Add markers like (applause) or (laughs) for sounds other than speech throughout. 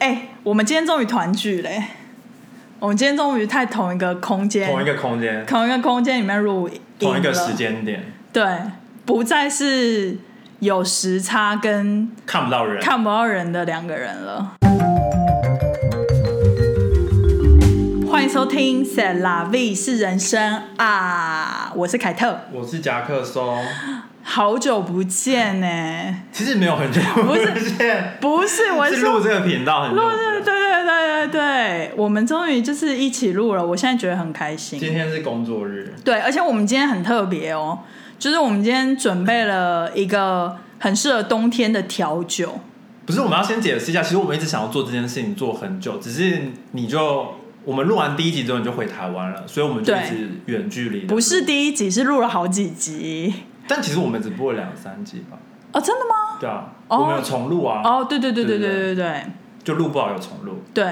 哎我们今天终于团聚嘞！我们今天终于在同一个空间、同一个空间、同一个空间里面录音，同一个时，间点，对，不再是有时差跟看不到人。看不到人的两个人了。欢迎收听《C'est la vie 是人生啊》，我是凯特，我是夹克松， (laughs) 好久不见呢、其实没有很久，不是 (laughs) 是不是，我是说录这个频道很久录。对对对对对对，我们终于就是一起录了，我现在觉得很开心。今天是工作日，对，而且我们今天很特别哦，就是我们今天准备了一个很适合冬天的调酒。不是我们要先解释一下，其实我们一直想要做这件事情做很久，只是你就我们录完第一集之后你就回台湾了，所以我们就一对直远距离。不是，第一集，是录了好几集但其实我们只播了两三集吧。哦，真的吗？对啊，哦我们有重录啊，哦，对对对对对对对对对对就录不好有重录。对，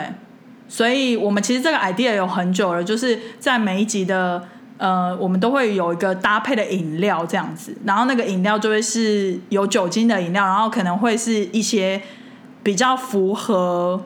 所以我们其实这个 idea 有很久了，就是在每一集的呃，我们都会有一个搭配的饮料这样子，然后那个饮料就会是有酒精的饮料，然后可能会是一些比较符合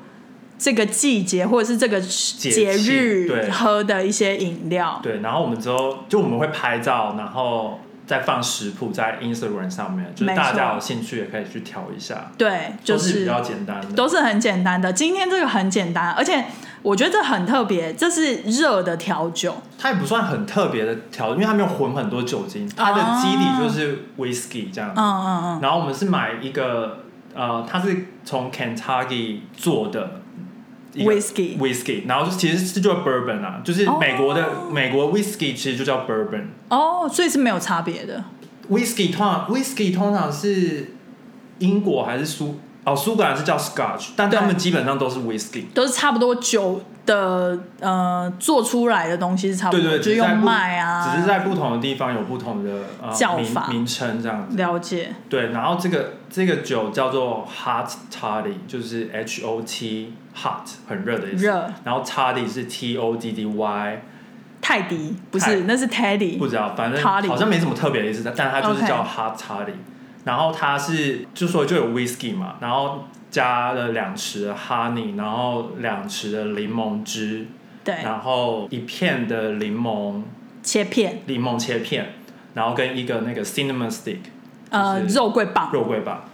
这个季节或者是这个节气日对喝的一些饮料。对，然后我们之后就我们会拍照，然后再放食谱在 Instagram 上面，就没是大错家有兴趣也可以去调一下，对，就都是比较简单的。都是很简单的。今天这个很简单，而且我觉得这很特别，这是热的调酒。它也不算很特别的调，因为它没有混很多酒精，它的基底就是 whisky 这样子。啊嗯嗯嗯，然后我们是买一个呃，它是从 Kentucky 做的一个 Whisky whisky，然后其实是叫 bourbon 啊，就是美国的、哦美国 whisky 其实就叫 bourbon。哦，所以是没有差别的。 whisky 通常 whisky 通常是英国还是苏哦苏格兰是叫 Scotch，但对他们基本上都是 whisky。都是差不多酒的呃做出来的东西是差不对多，对，啊就只是在用不麦啊，只是在不同的地方有不同的、呃、叫法名名称这样子。了解对，然后这个这个酒叫做 hot toddy，就是 H O T hot 很热的意思。热然后 toddy 是 T O D D Y，泰迪不泰是，那是不 Teddy，知道，反正 Toddy 好像没什么特别的意思，但它就是 OK 叫 hot toddy。然后它是就说就有 whisky 嘛，然后加了两匙的 honey，然后两匙的柠檬汁，对，然后一片的柠檬切片，柠檬切片，然后跟一个那个 cinnamon stick，呃，就是肉桂棒，肉桂吧，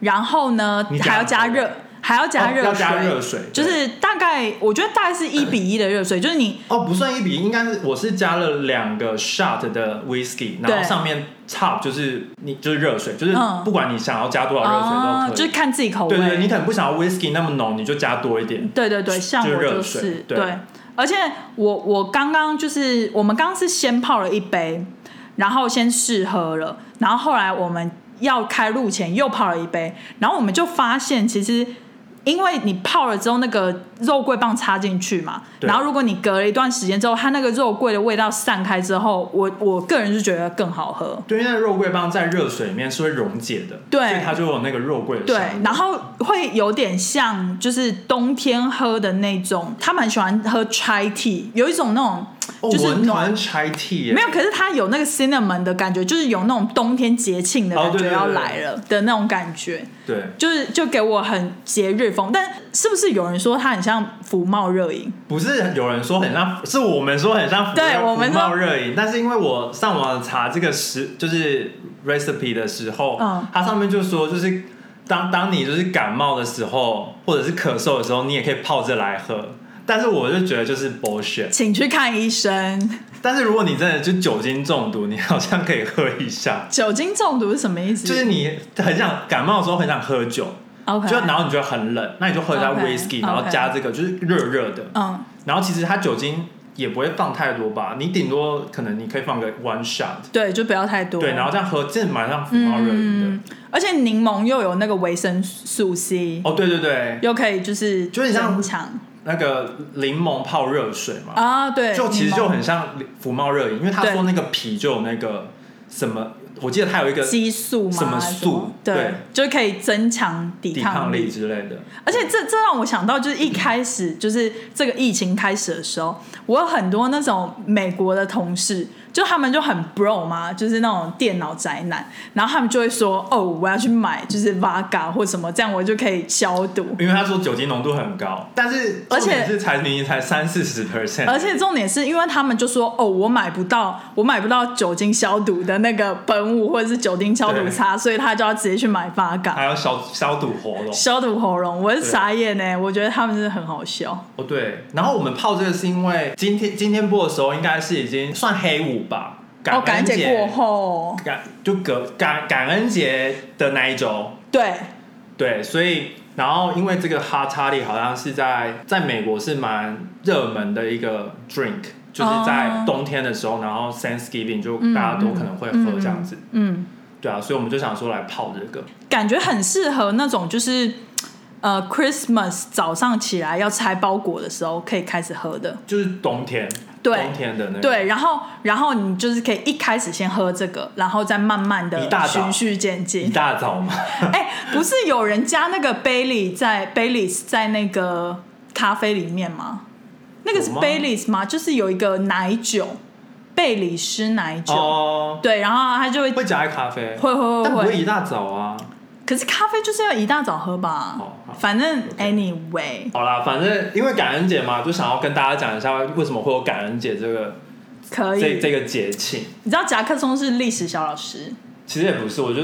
然后呢你还要加加了热，还要加哦热水，要加热水，就对是大概我觉得大概是一比一的热水，就是你哦不算一比一，应该是我是加了两个 shot 的 whisky，然对后上面 top 就是你就是热水，就是嗯不管你想要加多少热水都啊，可以，就是看自己口味，对对，你可能不想要 whisky 那么浓，你就加多一点。对对对，像就我热就水是对而且我我刚刚就是我们刚刚是先泡了一杯，然后先试喝了，然后后来我们要开录前又泡了一杯，然后我们就发现其实。因为你泡了之后，那个肉桂棒插进去嘛，对然后如果你隔了一段时间之后，它那个肉桂的味道散开之后，我我个人是觉得更好喝。对，因为那肉桂棒在热水里面是会溶解的，对所以它就有那个肉桂的对香味，然后会有点像就是冬天喝的那种，他们很喜欢喝 chai tea，有一种那种哦就是我暖很 chai tea 耶没有，可是它有那个 cinnamon 的感觉，就是有那种冬天节庆的哦感对觉对对要对来了的那种感觉，对，就是就给我很节日风。但是不是有人说它很像福茂热饮？不是有人说很像，是我们说很像福对我们福茂说热饮，但是因为我上网查这个食就是 recipe 的时候，嗯它上面就说就是当当你就是感冒的时候或者是咳嗽的时候，你也可以泡着来喝，但是我就觉得就是 bullshit。请去看医生。但是如果你真的就酒精中毒，你好像可以喝一下，酒精中毒是什么意思？就是你很想感冒的时候很想喝酒， OK，就然后你觉得很冷，那你就喝一下 OK， whisky，然后 OK 加这个就是热热的，嗯，然后其实它酒精也不会放太多吧，你顶多可能你可以放个 one shot，对，就不要太多。对，然后这样喝真的蛮像福猫热饮嗯的，，而且柠檬又有那个维生素 C，、哦对对对，又可以就是就是像增强那个柠檬泡热水嘛，啊，对，就其实柠就檬很像福猫热饮，因为他对说那个皮就有那个什么，我记得它有一个激素嘛，什么还是素对，对就是可以增强抵抵抗抗力之类的，而且这这让我想到，就是一开始就是这个疫情开始的时候，我有很多那种美国的同事，就他们就很 bro 嘛，就是那种电脑宅男，然后他们就会说：“哦，我要去买就是 Vaga 或什么，这样我就可以消毒。因为他说酒精浓度很高，但是而且重点是才明明才三四十 percent，” (laughs) 而且重点是因为他们就说：“哦，我买不到，我买不到酒精消毒的那个喷雾或者是酒精消毒擦，所以他就要直接去买 Vaga 还要消消毒活动。消毒喉咙。”我是傻眼呢、我觉得他们真的很好笑。哦，对，然后我们泡这个是因为今天今天播的时候应该是已经算黑五吧，感哦，恩感恩节过后，感就隔感感恩节的那一周，对对，所以然后因为这个哈查利好像是在在美国是蛮热门的一个 drink，就是在哦冬天的时候，然后 Thanksgiving 就嗯大家都可能会喝这样子，嗯，对啊，所以我们就想说来泡这个，感觉很适合那种就是呃 Christmas 早上起来要拆包裹的时候可以开始喝的。就是冬天，对冬天的那个，对，然后然后你就是可以一开始先喝这个，然后再慢慢一的大早循序渐一进。大早嘛，哎，不是有人加那个 Bailey 在 Bailey's 在那个咖啡里面吗？那个是有吗 Bailey's 吗？就是有一个奶酒，贝里斯奶酒。哦，对，然后它就会会加一咖啡，会会但会不会一大早啊。可是咖啡就是要一大早喝吧，哦好反正 OK anyway 好啦，反正因为感恩节嘛，就想要跟大家讲一下为什么会有感恩节这个可以。这这个节庆。你知道夹克松是历史小老师，其实也不是，我就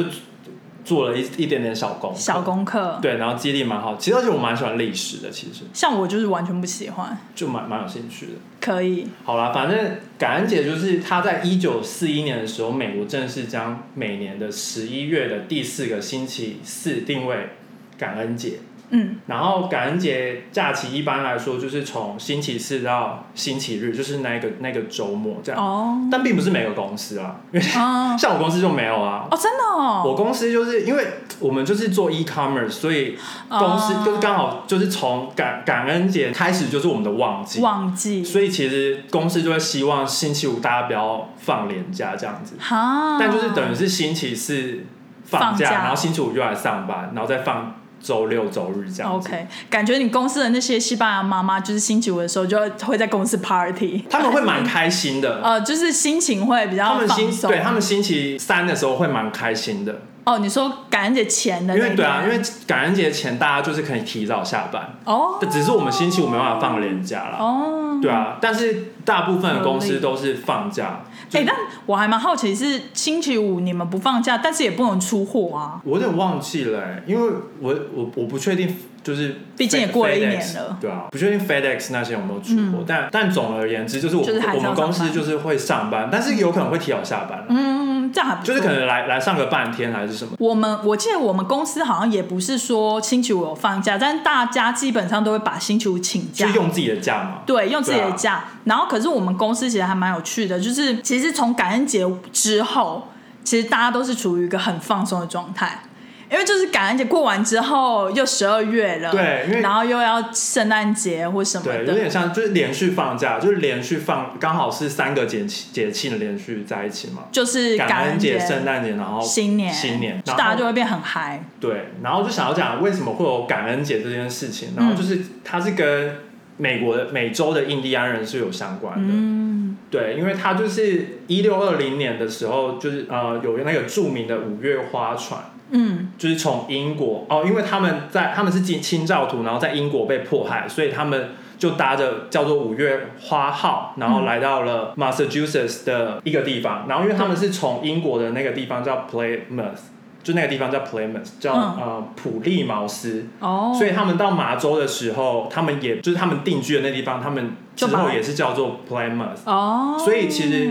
做了一一点点小功，小功课。哦对，然后记忆力蛮好。其实而且我蛮喜欢历史的，其实像我就是完全不喜欢。就蛮蛮有兴趣的。可以，好啦，反正感恩节就是他在一九四一年的时候，美国正式将每年的十一月的第四个星期四定为感恩节。嗯，然后感恩节假期一般来说就是从星期四到星期日，就是那个那个周末这样。哦，但并不是每个公司啊，因为嗯，像我公司就没有啊。哦，真的哦，我公司就是因为我们就是做 e-commerce，所以公司就是刚好就是从感感恩节开始就是我们的旺季，忘记，所以其实公司就会希望星期五大家不要放年假这样子，哈，但就是等于是星期四哦放假，放假然后星期五就来上班，然后再放周六周日这样子。 OK，感觉你公司的那些西班牙妈妈，就是星期五的时候就会在公司 party，他们会蛮开心的，呃，就是心情会比他较们放星松。对他们星期三的时候会蛮开心的，哦，你说感恩节前的因那为一对啊，因天为感恩节前大家就是可以提早下班，哦但只是我们星期五没办法放年假啦。哦，对啊，但是大部分的公合司理都是放假。就哎、但我还蛮好奇，是星期五你们不放假，但是也不能出货啊。我有点忘记了欸、因为我我我不确定，就是毕竟也过了一 FedEx 年了嗯对啊，不确定 FedEx 那些有没有出货，但但总而言之，就是我们就是还是我要们公司上班就是会上班，但是有可能会提早下班啊、嗯，这样还不错就是可能来来上个半天还是什么。我们我记得我们公司好像也不是说星期五有放假，但大家基本上都会把星期五请就假是。用自己的假嘛，对，用自己的对啊假。然后，可是我们公司其实还蛮有趣的，就是其实从感恩节之后，其实大家都是处于一个很放松的状态，因为就是感恩节过完之后，又十二月了，对因为然后又要圣诞节或什么对，有的，点像就是连续放假，就是连续放，刚好是三个节气节庆连续在一起嘛，就是感恩节、圣诞节，然后新年，新年，然后大家就会变很嗨。对，然后就想要讲为什么会有感恩节这件事情，嗯然后就是它是跟美国的美洲的印第安人是有相关的，嗯，对，因为它就是一六二零年的时候，就是呃有那个著名的五月花船，嗯，就是从英国哦，因为他们在他们是清清教徒，然后在英国被迫害，所以他们就搭着叫做五月花号，然后来到了嗯 Massachusetts 的一个地方，然后因为他们是从英国的那个地方叫 Plymouth，就那个地方叫 Plymouth，叫、嗯呃普利茅斯，哦，所以他们到麻州的时候，他们也就是他们定居的那地方，他们之就把后也是叫做 Plymouth。哦，所以其实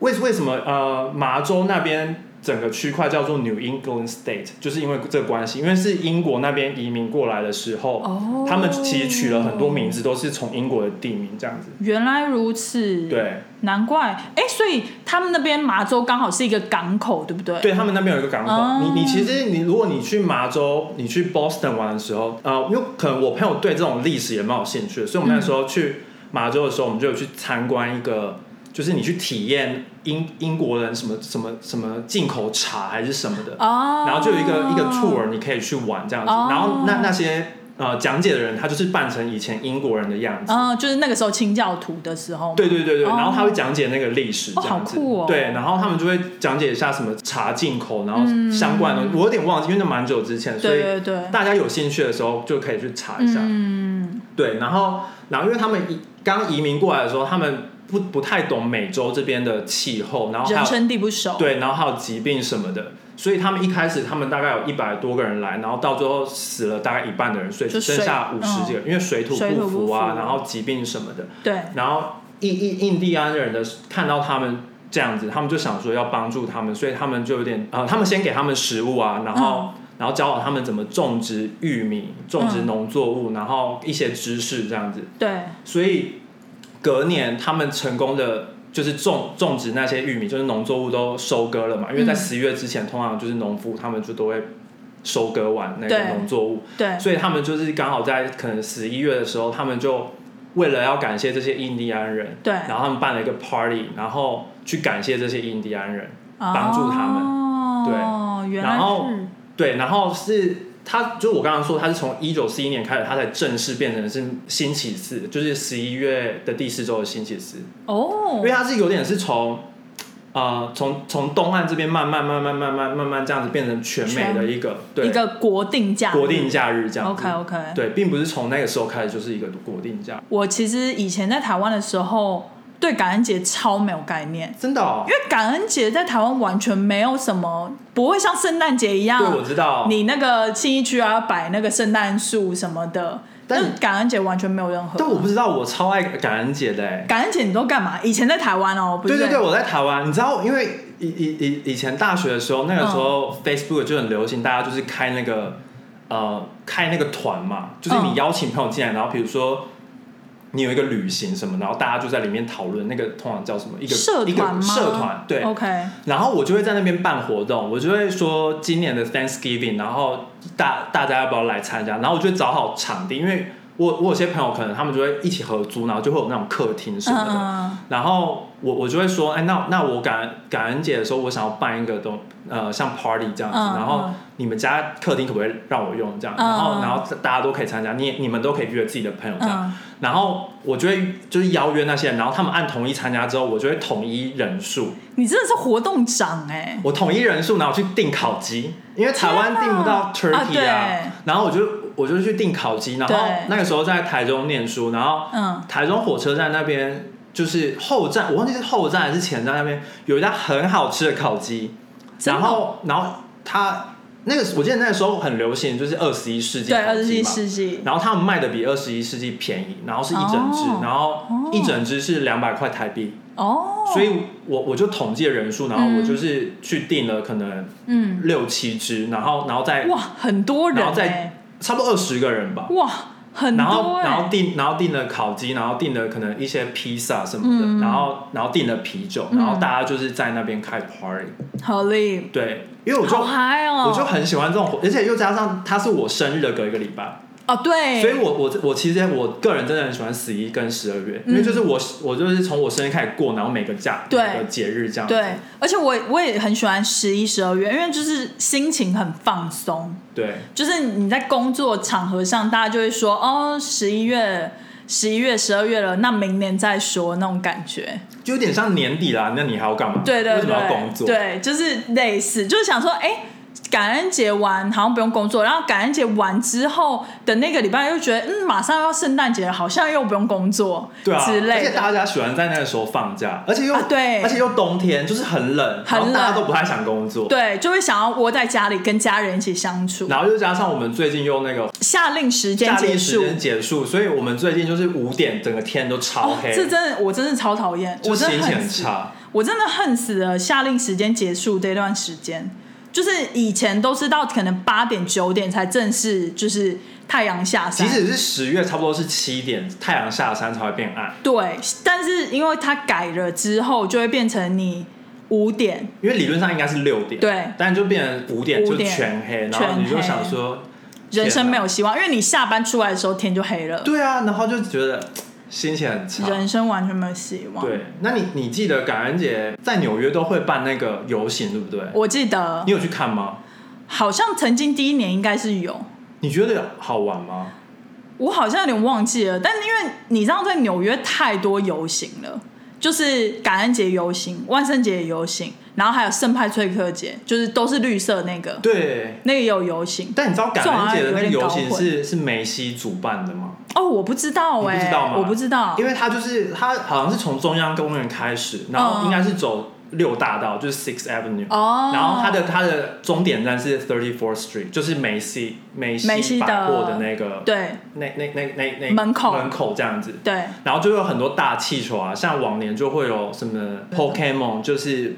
为为什么呃麻州那边整个区块叫做 New England State，就是因为这个关系，因为是英国那边移民过来的时候，哦他们其实取了很多名字，都是从英国的地名这样子。原来如此，，对，难怪，哎，所以他们那边麻州刚好是一个港口，对不对？，对他们那边有一个港口。哦你你其实你如果你去麻州，你去 Boston 玩的时候，呃，因为可能我朋友对这种历史也蛮有兴趣的，所以我们那时候去麻州的时候，我们就有去参观一个。就是你去体验英英国人什么什么什么进口茶还是什么的，哦，然后就有一个一个 tour，你可以去玩这样子。哦然后那那些呃讲解的人，他就是扮成以前英国人的样子。嗯，就是那个时候清教徒的时候，对对对对，哦然后他会讲解那个历史哦这样子，好酷哦对，然后他们就会讲解一下什么茶进口，然后相关的东西，我有点忘记，因为那蛮久之前，嗯所对以对对，大家有兴趣的时候就可以去查一下。嗯，对，然后然后因为他们移刚移民过来的时候，他们不不太懂美洲这边的气候，然后还人有生地不熟，对，然后还有疾病什么的，所以他们一开始他们大概有一百多个人来，然后到最后死了大概一半的人，所以就只水剩下五十几个人，因为水土水土不服啊，不服然后疾病什么的，对然后印印印第安人的看到他们。这样子，他们就想说要帮助他们，所以他们就有点呃，他们先给他们食物啊，然后、然后教导他们怎么种植玉米、种植嗯农作物，然后一些知识这样子。对，所以隔年他们成功的就是种种植那些玉米，就是农作物都收割了嘛，因为在嗯十一月之前，通常就是农夫他们就都会收割完那个对农作物，对，所以他们就是刚好在可能十一月的时候，他们就为了要感谢这些印第安人，对然后他们办了一个 party，然后去感谢这些印第安人。帮助他们哦，原来然后是，对，然后是他，就我刚刚说，他是从一九四一年开始，他才正式变成是星期四，就是十一月的第四周的星期四，因为哦，他是有点是从。呃，从从东岸这边慢慢慢慢慢慢慢慢这样子变成全美的一个对一个国定假日，国定假日这样子 OK OK，对，并不是从那个时候开始就是一个国定假，我其实以前在台湾的时候，对感恩节超没有概念，真的、哦因，为感恩节在台湾完全没有什么，不会像圣诞节一对，我样，知道，你那个信义区啊摆那个圣诞树什么的，但那感恩节完全没有任何。但我不知道，我超爱感恩节的欸、感恩节你都干嘛？以前在台湾哦，不对是对对，我在台湾，你知道，因为以以以以前大学的时候，那个嗯时候 Facebook 就很流行，大家就是开那个呃开那个团嘛，就是你嗯邀请朋友进来，然后比如说你有一个旅行什么，然后大家就在里面讨论那个通常叫什么一个社一个团吗？社团对。 ，OK，然后我就会在那边办活动，我就会说今年的 Thanksgiving，然后大大家要不要来参加？然后我就会找好场地，因为我我有些朋友可能他们就会一起合租，然后就会有那种客厅嗯什么嗯的。嗯，然后我我就会说，哎，那那我感感恩节的时候，我想要办一个东呃像 party 这样子，嗯然后嗯你们家客厅可不可以让我用这样？嗯然后嗯然后大家都可以参加，你也你们都可以约自己的朋友这样。嗯然后我就会就是邀约那些人，然后他们按统一参加之后，我就会统一人数，你真的是活动长哎、我统一人数，然后去订烤鸡，因为台湾订不到天哪 turkey 啊，啊对然后我就我就去订烤鸡，然后对那个时候在台中念书，然后嗯，台中火车站那边就是后站，我忘记是后站还是前站那边有一家很好吃的烤鸡，真的然后然后它那个我记得那个时候很流行，就是二十一世纪对，烤二十鸡一嘛，世纪，然后他们卖的比二十一世纪便宜，然后是一整只，哦然后一整只是两百块台币，哦，所以我我就统计了人数，然后我嗯就是去订了可能嗯，六七只，然后然后再哇，很多人、然后再欸，差不多二十个人吧，哇，很多、然欸，后然后订然后订了烤鸡，然后订了可能一些披萨什么的，嗯然后然后订了啤酒，嗯然后大家就是在那边开 party。好嘞，对，因为我就好嗨哦！我就很喜欢这种活，而且又加上它是我生日的隔一个礼拜，哦，对，所以我我我其实我个人真的很喜欢十一跟十二月，因为就是我我就是从我生日开始过，然后每个假嗯对每个节日这样子对，而且我我也很喜欢十一、十二月，因为就是心情很放松，对就是你在工作场合上，大家就会说哦，十一月、十一月、十二月了，那明年再说那种感觉。就有点像年底啦，那你还要干嘛？对对啊为什么要对，工作？对，就是类似，就是想说，哎。感恩节完好像不用工作，然后感恩节完之后的那个礼拜又觉得，嗯，马上要圣诞节了，好像又不用工作，对啊，之而类且的。大家喜欢在那个时候放假，而且又、啊对而且又冬天，就是很冷，很然后大家冷都不太想工作。对，就会想要窝在家里跟家人一起相处。然后又加上我们最近又那个夏令时间夏结令时束，间结束，所以我们最近就是五点整个天都超哦，黑，这真的我真的超讨厌，就我真心的情恨很死，差。我真的恨死了夏令时间结束这段时间。就是以前都是到可能八点九点才正式，就是太阳下山。即使是十月，差不多是七点，太阳下山才会变暗，对，但是因为它改了之后，就会变成你五点因为理论上应该是六点，对但就变成五点就5点全黑，然后你就想说，人生没天有希望，因为你下班出来的时候天就黑了哪，对啊，然后就觉得心情很差。人生完全没有希望。对，那你你记得感恩节在纽约都会办那个游行，对不对？我记得你有去看吗？好像曾经第一年应该是有，你觉得好玩吗？我好像有点忘记了，但是因为你知道，在纽约太多游行了，就是感恩节游行、万圣节游行，然后还有圣派翠克节，就是都是绿色那个，对，那个也有游行。但你知道感恩节的那个游行这好像有是是梅西主办的吗？哦，我不知道你不哎、知道吗我不知道因，为他就是他好像是从中央公园开始，然后应该是走六大道，就是 Six Avenue，、嗯哦，然后他的他的终点站是 Thirty Fourth Street，就是梅西梅梅西西的百货的那个对那那那那那门口门口这样子。对然后就有很多大气球啊，像往年就会有什么 Pokemon，就是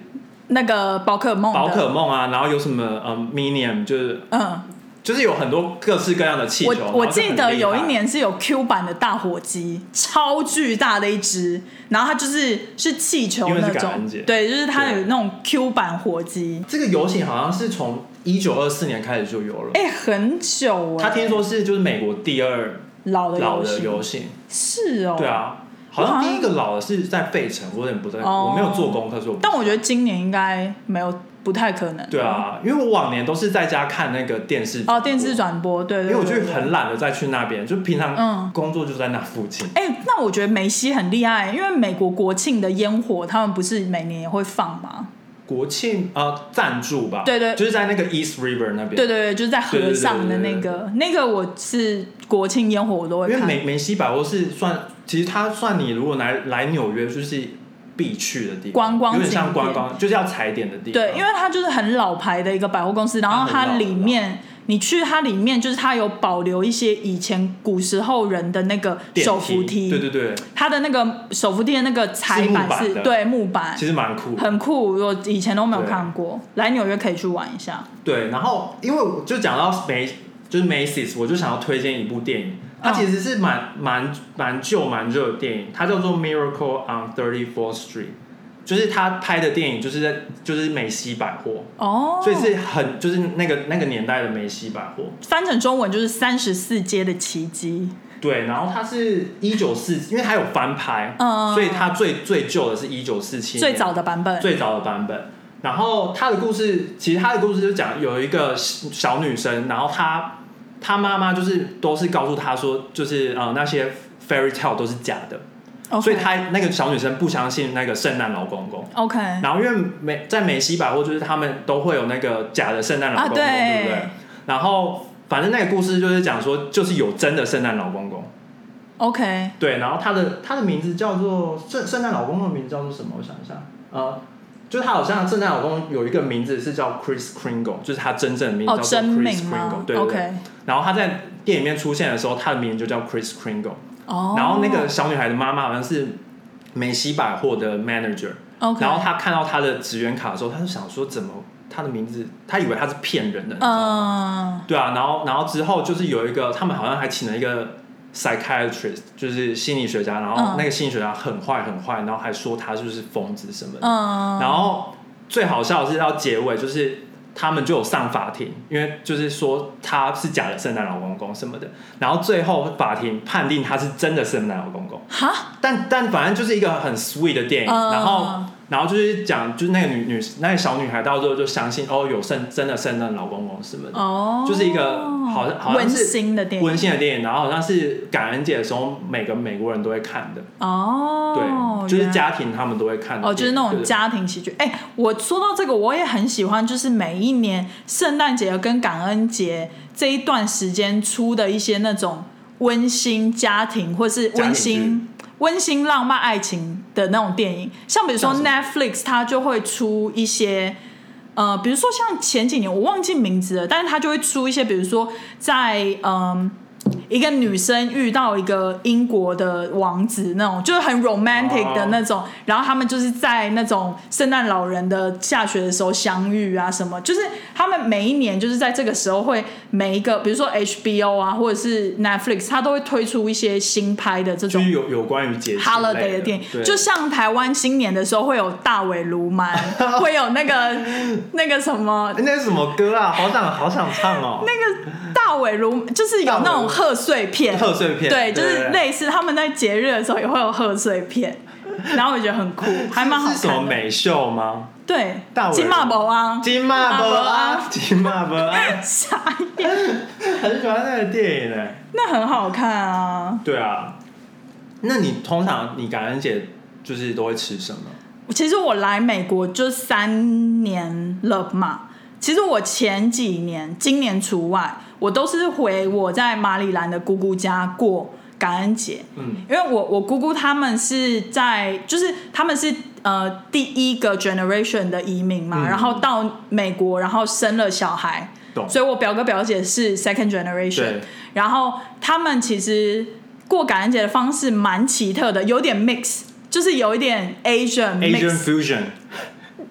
那个宝可梦的，宝可梦啊，然后有什么嗯 Minion，就是嗯，就是有很多各式各样的气球。我我然后就很记得厉害有一，年是有 Q 版的大火鸡，超巨大的一只，然后它就是是气球因为是那感恩种节，对，就是它对有那种 Q 版火鸡，这个游行好像是从一九二四年开始就有了。哎、很久哎、他听说是就是美国第二老的老游的戏游行，是哦，对，啊，我好好像像第一个老的是在费城，我有点不在，哦我没有做功课，所以不但我觉得今年应该没有，不太可能，对，啊，因为我往年都是在家看那个电视哦，电视，转播，对因对对为我就对对很懒得再去那边，就平嗯常工作就在那附近。哎、那我觉得梅西很厉害，因为美国国庆的烟火，他们不是每年也会放吗？国庆啊，赞助吧，对对就是在那个 East River 那边，对对对，就是在对河对对上的对那对个，那个我是国庆烟火我都会因为看。梅梅西百货是算，其实它算你如果来来纽约就是必去的地方，观光有点景像观点光，就是要踩点的地方。对，因为它就是很老牌的一个百货公司，然后它啊它很老啊里面你去它里面就是它有保留一些以前古时候人的那个电手扶梯，对对对，它的那个手扶梯的那个彩是木板板是的对木板，其实蛮酷的。很酷，我以前都没有对看过，来纽约可以去玩一下。对，然后因为我就讲到梅，就是 Macy's，我就想要推荐一部电影，它嗯其实是蛮蛮蛮旧蛮热的电影，它叫做《Miracle on Thirty Fourth Street》，就是他拍的电影就是在就是梅西百货，哦，所以是很就是那个那个年代的梅西百货。翻成中文就是三十四街的奇迹。对，然后它是一九四，因为它有翻拍，嗯所以它最最旧的是一九四七最早的版本，最早的版本。然后他的故事，其实他的故事就讲有一个小女生，然后她她妈妈就是都是告诉她说，就是呃那些 fairy tale 都是假的 OK 所以她那个小女生不相信那个圣诞老公公。 OK 然后因为美在美西百货就是他们都会有那个假的圣诞老公公，啊对对不对？然后反正那个故事就是讲说，就是有真的圣诞老公公。 OK，对，然后他的他的名字叫做圣圣诞老公公的名字叫做什么？我想一下，呃，就是他好像圣诞老公有一个名字是叫 Chris Kringle，就是他真正的名字哦，叫做真 Chris 名 Kringle，、吗对对对。 ？OK，然后他在店里面出现的时候，他的名字就叫 Chris Kringle，、哦，然后那个小女孩的妈妈好像是美西百货的 manager， OK，然后她看到他的职员卡的时候，她就想说怎么他的名字，她以为他是骗人的，你知道吗嗯对啊，然后然后之后就是有一个，他们好像还请了一个 psychiatrist，就是心理学家，然嗯后那个心理学家很坏很坏，然后还说他就是疯子什么的。嗯，然后最好笑的是到结尾，就是他们就有上法庭，因为就是说他是假的圣诞老公公什么的，然后最后法庭判定他是真的圣诞老公公。哈，但但反正就是一个很 sweet 的电影，嗯然后然后就是讲就是那个女女那个小女孩到最后就相信哦有圣真的圣诞老公公什么的。哦，就是一个好像好像温是馨的电温影，馨的电影，然后好像是感恩节的时候，每个美国人都会看的，哦，对，就是原来家庭他们都会看的电影，哦，就是那种对，家庭喜剧。哎、我说到这个，我也很喜欢，就是每一年圣诞节跟感恩节这一段时间出的一些那种温馨家庭或是温家庭馨温馨浪漫爱情的那种电影，像比如说像什么 Netflix，它就会出一些。呃，比如说像前几年我忘记名字了，但是它就会出一些，比如说在嗯、一个女生遇到一个英国的王子那种，就是哦很 romantic 的那种，然后他们就是在那种圣诞老人的下雪的时候相遇啊，什么，就是他们每一年就是在这个时候会每一个，比如说 HBO 啊，或者是 Netflix，它都会推出一些新拍的这就种是有有关于节 holiday 的的电影，对就像台湾新年的时候会有大尾鲈鳗， (laughs) 会有那个那个什么哎那是什么歌啊？好 (laughs) 想好想唱哦，大尾鲈，就是有那大尾种鲈贺岁片，贺岁片对，就对是对对类似他们在节日的时候也会有贺岁片。然后我觉得很酷，还蛮好是什么看的。美秀吗？对大，尾金马博啊，金马伯啊，金马伯啊， (laughs) 傻眼，很喜欢那个电影呢。那很好看啊。对啊，那你通常你感恩节就是都会吃什么？其实我来美国就三年了嘛。其实我前几年，今年除外，我都是回我在马里兰的姑姑家过感恩节。嗯，因为我我姑姑他们是在，就是他们是呃第一个 generation 的移民嘛，嗯然后到美国，然后生了小孩，懂。所以我表哥表姐是 second generation，对然后他们其实过感恩节的方式蛮奇特的，有点 mix，就是有一点 Asian mix， ，Asian fusion，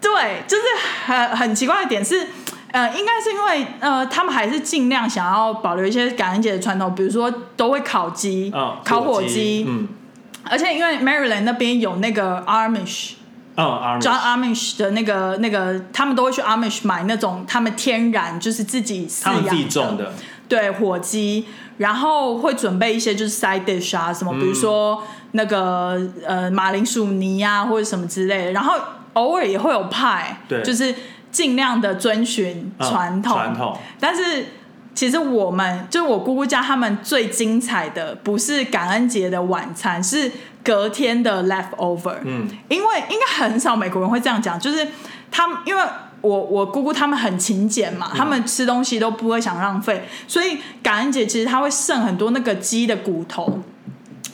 对，就是很很奇怪的点是，呃，应该是因为呃，他们还是尽量想要保留一些感恩节的传统，比如说都会烤鸡、嗯， (laughs) 烤火鸡，嗯，而且因为 Maryland 那边有那个 Amish。嗯 a r John Amish 的那个那个，他们都会去 Amish 买那种他们天然就是自己饲他们养自己种的，对火鸡，然后会准备一些就是 side dish 啊嗯什么，比如说那个呃马铃薯泥啊或者什么之类的，然后偶尔也会有派，对就是尽量的遵循嗯传统。传统，但是其实我们就是我姑姑家他们最精彩的不是感恩节的晚餐，是隔天的 leftover。嗯，因为应该很少美国人会这样讲，就是他们因为。我我姑姑他们很勤俭嘛，嗯他们吃东西都不会想浪费，所以感恩节其实他会剩很多那个鸡的骨头，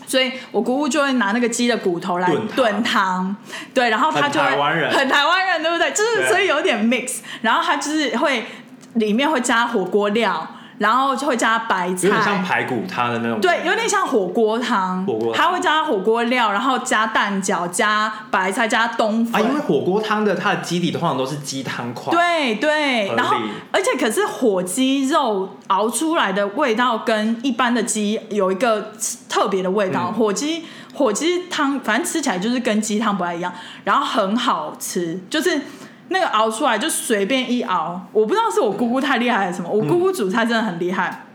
所以我姑姑就会拿那个鸡的骨头来炖汤炖汤，对，然后他就会很台湾人很台湾人，对不对？就是对所以有点 mix，然后他就是会里面会加火锅料，然后就会加白菜，有点像排骨汤的那种，对，有点像火锅汤，火锅汤它会加火锅料，然后加蛋饺、加白菜、加冬啊，粉。因为火锅汤的它的基底通常都是鸡汤块，对对合，理然后而且可是火鸡肉熬出来的味道跟一般的鸡有一个特别的味道，嗯火鸡火鸡汤反正吃起来就是跟鸡汤不太一样，然后很好吃，就是那个熬出来就随便一熬，我不知道是我姑姑太厉害还是什么，嗯我姑姑煮菜真的很厉害，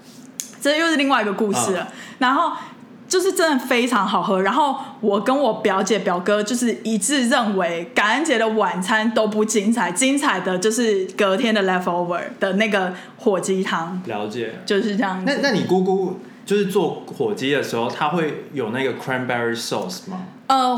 这又是另外一个故事了。嗯然后就是真的非常好喝。然后我跟我表姐表哥就是一致认为，感恩节的晚餐都不精彩，精彩的就是隔天的 leftover 的那个火鸡汤，了解。就是这样那子。那你姑姑就是做火鸡的时候，她会有那个 cranberry sauce 吗？呃，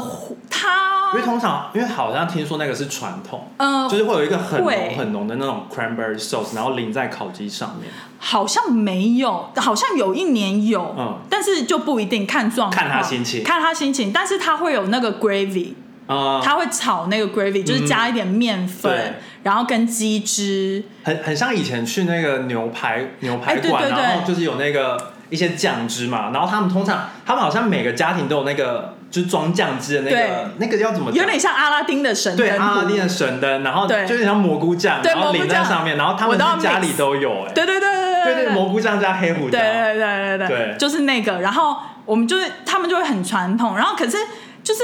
因它为通常，因为好像听说那个是传统，呃就是会有一个很会浓很浓的那种 cranberry sauce，然后淋在烤鸡上面。好像没有，好像有一年有，嗯但是就不一定看状况，看他心情看他心情。但是他会有那个 gravy，啊、他会炒那个 gravy，就是加一点面粉，嗯对然后跟鸡汁，很很像以前去那个牛排牛排哎对馆，对对然后就是有那个一些酱汁嘛，然后他们通常他们好像每个家庭都有那个就是装酱汁的那个那个要怎么讲有点像阿拉丁的神灯对阿拉壶丁的神灯，然后就对有点像蘑菇酱，对然后蘑菇淋在酱上面，然后他我们都要是家 mix 里都有哎、对对对对对对对，对蘑菇酱加黑胡椒，对对对对对就是那个。然后我们就是他们就会很传统，然后可是就是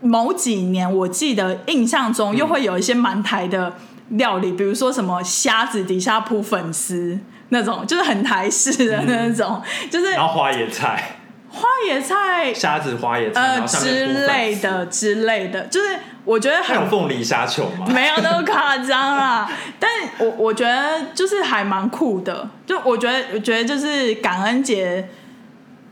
某几年我记得印象中又会有一些蛮台的料理，比如说什么虾子底下铺粉丝。那种就是很台式的那种，就是然后花椰菜。花野菜虾子花椰菜，然呃后上面之铺类粉丝，的之类的，就是我觉得还很有凤梨虾球吗？没有那么夸张 (laughs) 啦，但我我觉得就是还蛮酷的，就我觉得我觉得就是感恩节，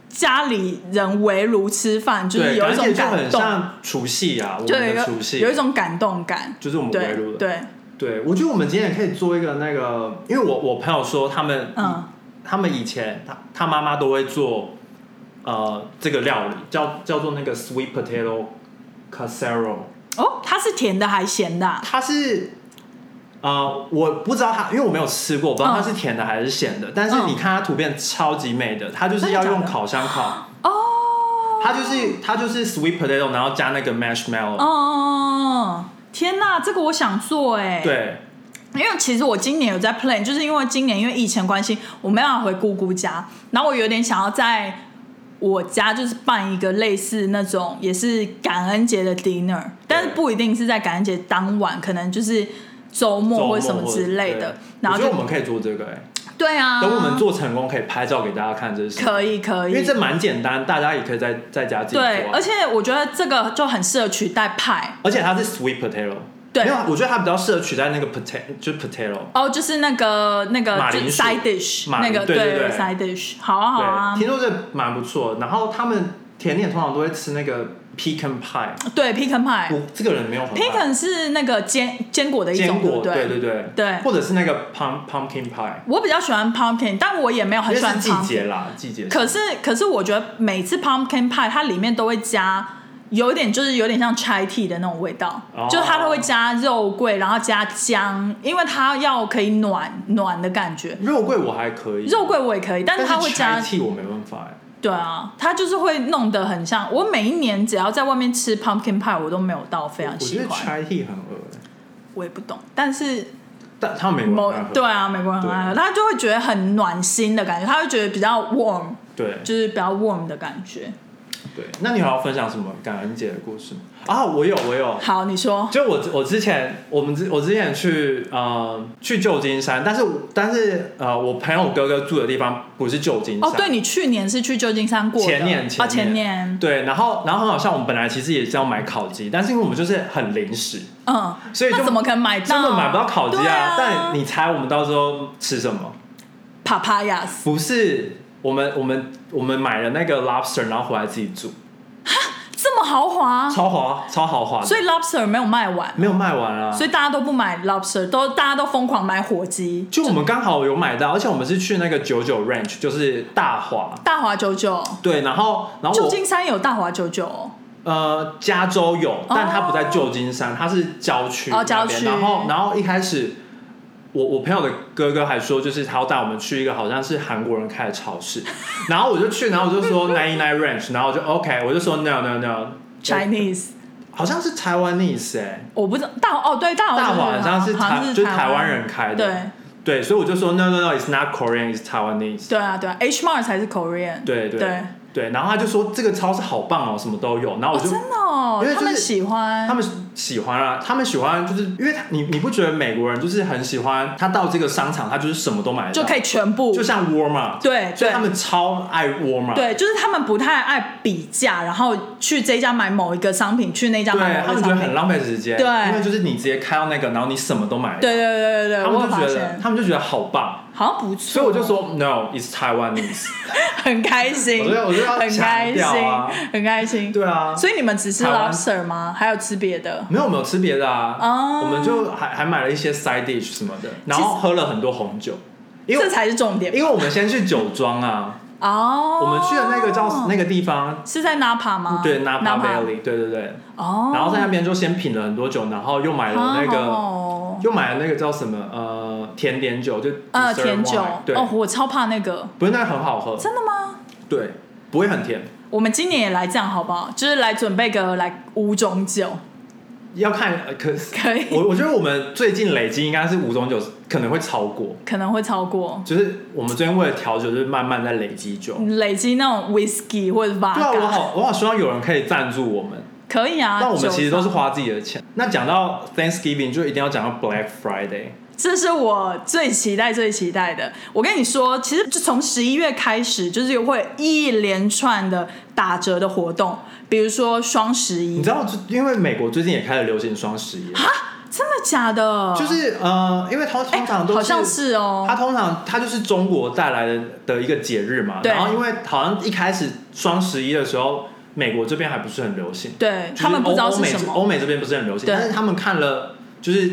家里人围炉吃饭，就是对，有一种感觉就感很动，像除夕啊，我就有们一的个除夕，有一种感动感，就是我们围对炉的。对，对，我觉得我们今天也可以做一个那个，因为我我朋友说他们，嗯，他们以前他他妈妈都会做，呃，这个料理叫叫做那个 sweet potato casserole，哦，它是甜的还咸的啊、它是。呃，我不知道它，因为我没有吃嗯过，我不知道它是甜的还是咸的。但是你看它图片超级美的，它就是要真的假用的烤箱烤， (gasps) 哦，它就是它就是 sweet potato，然后加那个 marshmallow，、哦，天哪，这个我想做哎、对，因为其实我今年有在 plan，就是因为今年因为疫情关系，我没办法回姑姑家，然后我有点想要在我家就是办一个类似那种也是感恩节的 dinner，但是不一定是在感恩节当晚，可能就是周末或者什么之类周末的对，然后我觉就得我们可以做这个、欸，对啊，等我们做成功，可以拍照给大家看，这是什么可以可以，因为这蛮简单，大家也可以在在家自己做对，而啊。且我觉得这个就很适合取代派，而且它是 sweet potato，对没有，我觉得它比较适合取代那个 potato，就是 potato。哦，就是那个那个马就是铃薯 side dish 马那铃个对对对 side dish，好啊好啊对，，听说这蛮不错。然后他们甜点通常都会吃那个 pecan pie，对 pecan pie。我这个人没有很爱哎 pecan 是那个坚坚果的一坚种，果，对对不对对对或者是那个 pump pumpkin pie，我比较喜欢 pumpkin，但我也没有因很为喜欢是季 pumpkin。节啦，季节。可是可是我觉得每次 pumpkin pie 它里面都会加。有一点就是有点像 chai tea 的那种味道哦就它都会加肉桂，然后加姜，因为它要可以暖暖的感觉。肉桂我还可以，肉桂我也可以，但但它会加 chai tea 我没办法哎。对啊，它就是会弄得很像。我每一年只要在外面吃 pumpkin pie，我都没有到非常我觉喜得欢。 chai tea 很恶欸我也不懂，但是但他美国某人爱喝对啊，美国人很爱喝，他就会觉得很暖心的感觉，他会觉得比较 warm，对就是比较 warm 的感觉。对，那你还要分享什么感恩节的故事吗？啊，我有我有，好，你说就我我之前我们之我之前去呃去旧金山，但是我但是呃我朋友哥哥住的地方不是旧金山，哦，对你去年是去旧金山过的，前年啊，前前年年，对然后然后很好笑，我们本来其实也是要买烤鸡，但是因为我们就是很临时，嗯，所以就那怎么可能买到？根本买不到烤鸡对啊啊！但你猜我们到时候吃什么？ papayas 不是我们我们我们买了那个 lobster，然后回来自己煮，这么豪华，超豪超豪华的，所以 lobster 没有卖完，没有卖完啊。所以大家都不买 lobster，都大家都疯狂买火鸡，就我们刚好有买到，而且我们是去那个九九 ranch，就是大华。大华九九。对，然后然后旧我金山有大华九九哦，呃，加州有，但它不在旧金山，它是郊区哦那边。郊区然后然后一开始，我我朋友的哥哥还说，就是他要带我们去一个好像是韩国人开的超市， (laughs) 然后我就去，然后我就说 nine nine ranch，然后我就 OK，我就说 no no no， Chinese，好像是 Taiwanese 哎、我不知道大哦，对大华大华华好像是好像台是就是台湾湾人开的，对对，所以我就说 no no no，it's not Korean，it's Taiwanese。对啊对啊，H Mart 才是 Korean，对对对，对，然后他就说这个超市好棒哦，什么都有。然后哦我就、真的哦因为，就他是们喜欢他们喜欢啊，他们喜欢就是因为他你你不觉得美国人就是很喜欢他到这个商场他就是什么都买得到，就可以全部就像 Walmart，对所对以他们超爱 Walmart，对，就是他们不太爱比价，然后去这一家买某一个商品，去那一家对，买他某一个们觉商品得很，浪费时间，对因为就是你直接开到那个，然后你什么都买得到，对对对对对，他我有们就发觉得现他们就觉得好棒，好像不错，所以我就说 No，it's (laughs) Taiwanese，很开心，我就我就要很开强调心啊，很开心，对啊，所以你们只吃台湾 lobster 吗？还有吃别的？没有没有吃别的啊，哦我们就还还买了一些 side dish 什么的，然后喝了很多红酒，因为这才是重点吧因为我们先去酒庄啊，哦。我们去的那个叫那个地方，是在哦 Napa 吗？对 Napa Valley，对对对，哦，然后在那边就先品了很多酒，然后又买了那好好个哦又买了那个叫什么呃甜点酒，就呃 dessert 甜酒 wine，对，哦，我超怕那个，不是那个很好喝，真的吗？对，不会很甜，我们今年也来这样好不好？就是来准备个来五种酒，要看呃可是 (laughs) 可以我我觉得我们最近累积应该是五种酒，可能会超过。可能会超过就是我们最近为了调酒，就是慢慢在累积酒。累积那种 whisky 或者 v 对啊，我 o 好，我好希望有人可以赞助我们。可以啊。但我们酒其实都是商，花自己的钱。那讲到 Thanksgiving，就一定要讲到 Black Friday。这是我最期待最期待的。我跟你说，其实就从十一月开始，就是会一连串的打折的活动，比如说双十一你知，道，就因为美国最近也开始流行双十一，真的假的？就是呃，因为通哎通常都好像是哦，它通常它就是中国带来的的一个节日嘛。对然后因为好像一开始双十一的时候，美国这边还不是很流行，对就是他们不知道欧是美什么欧美这边不是很流行，对但是他们看了就是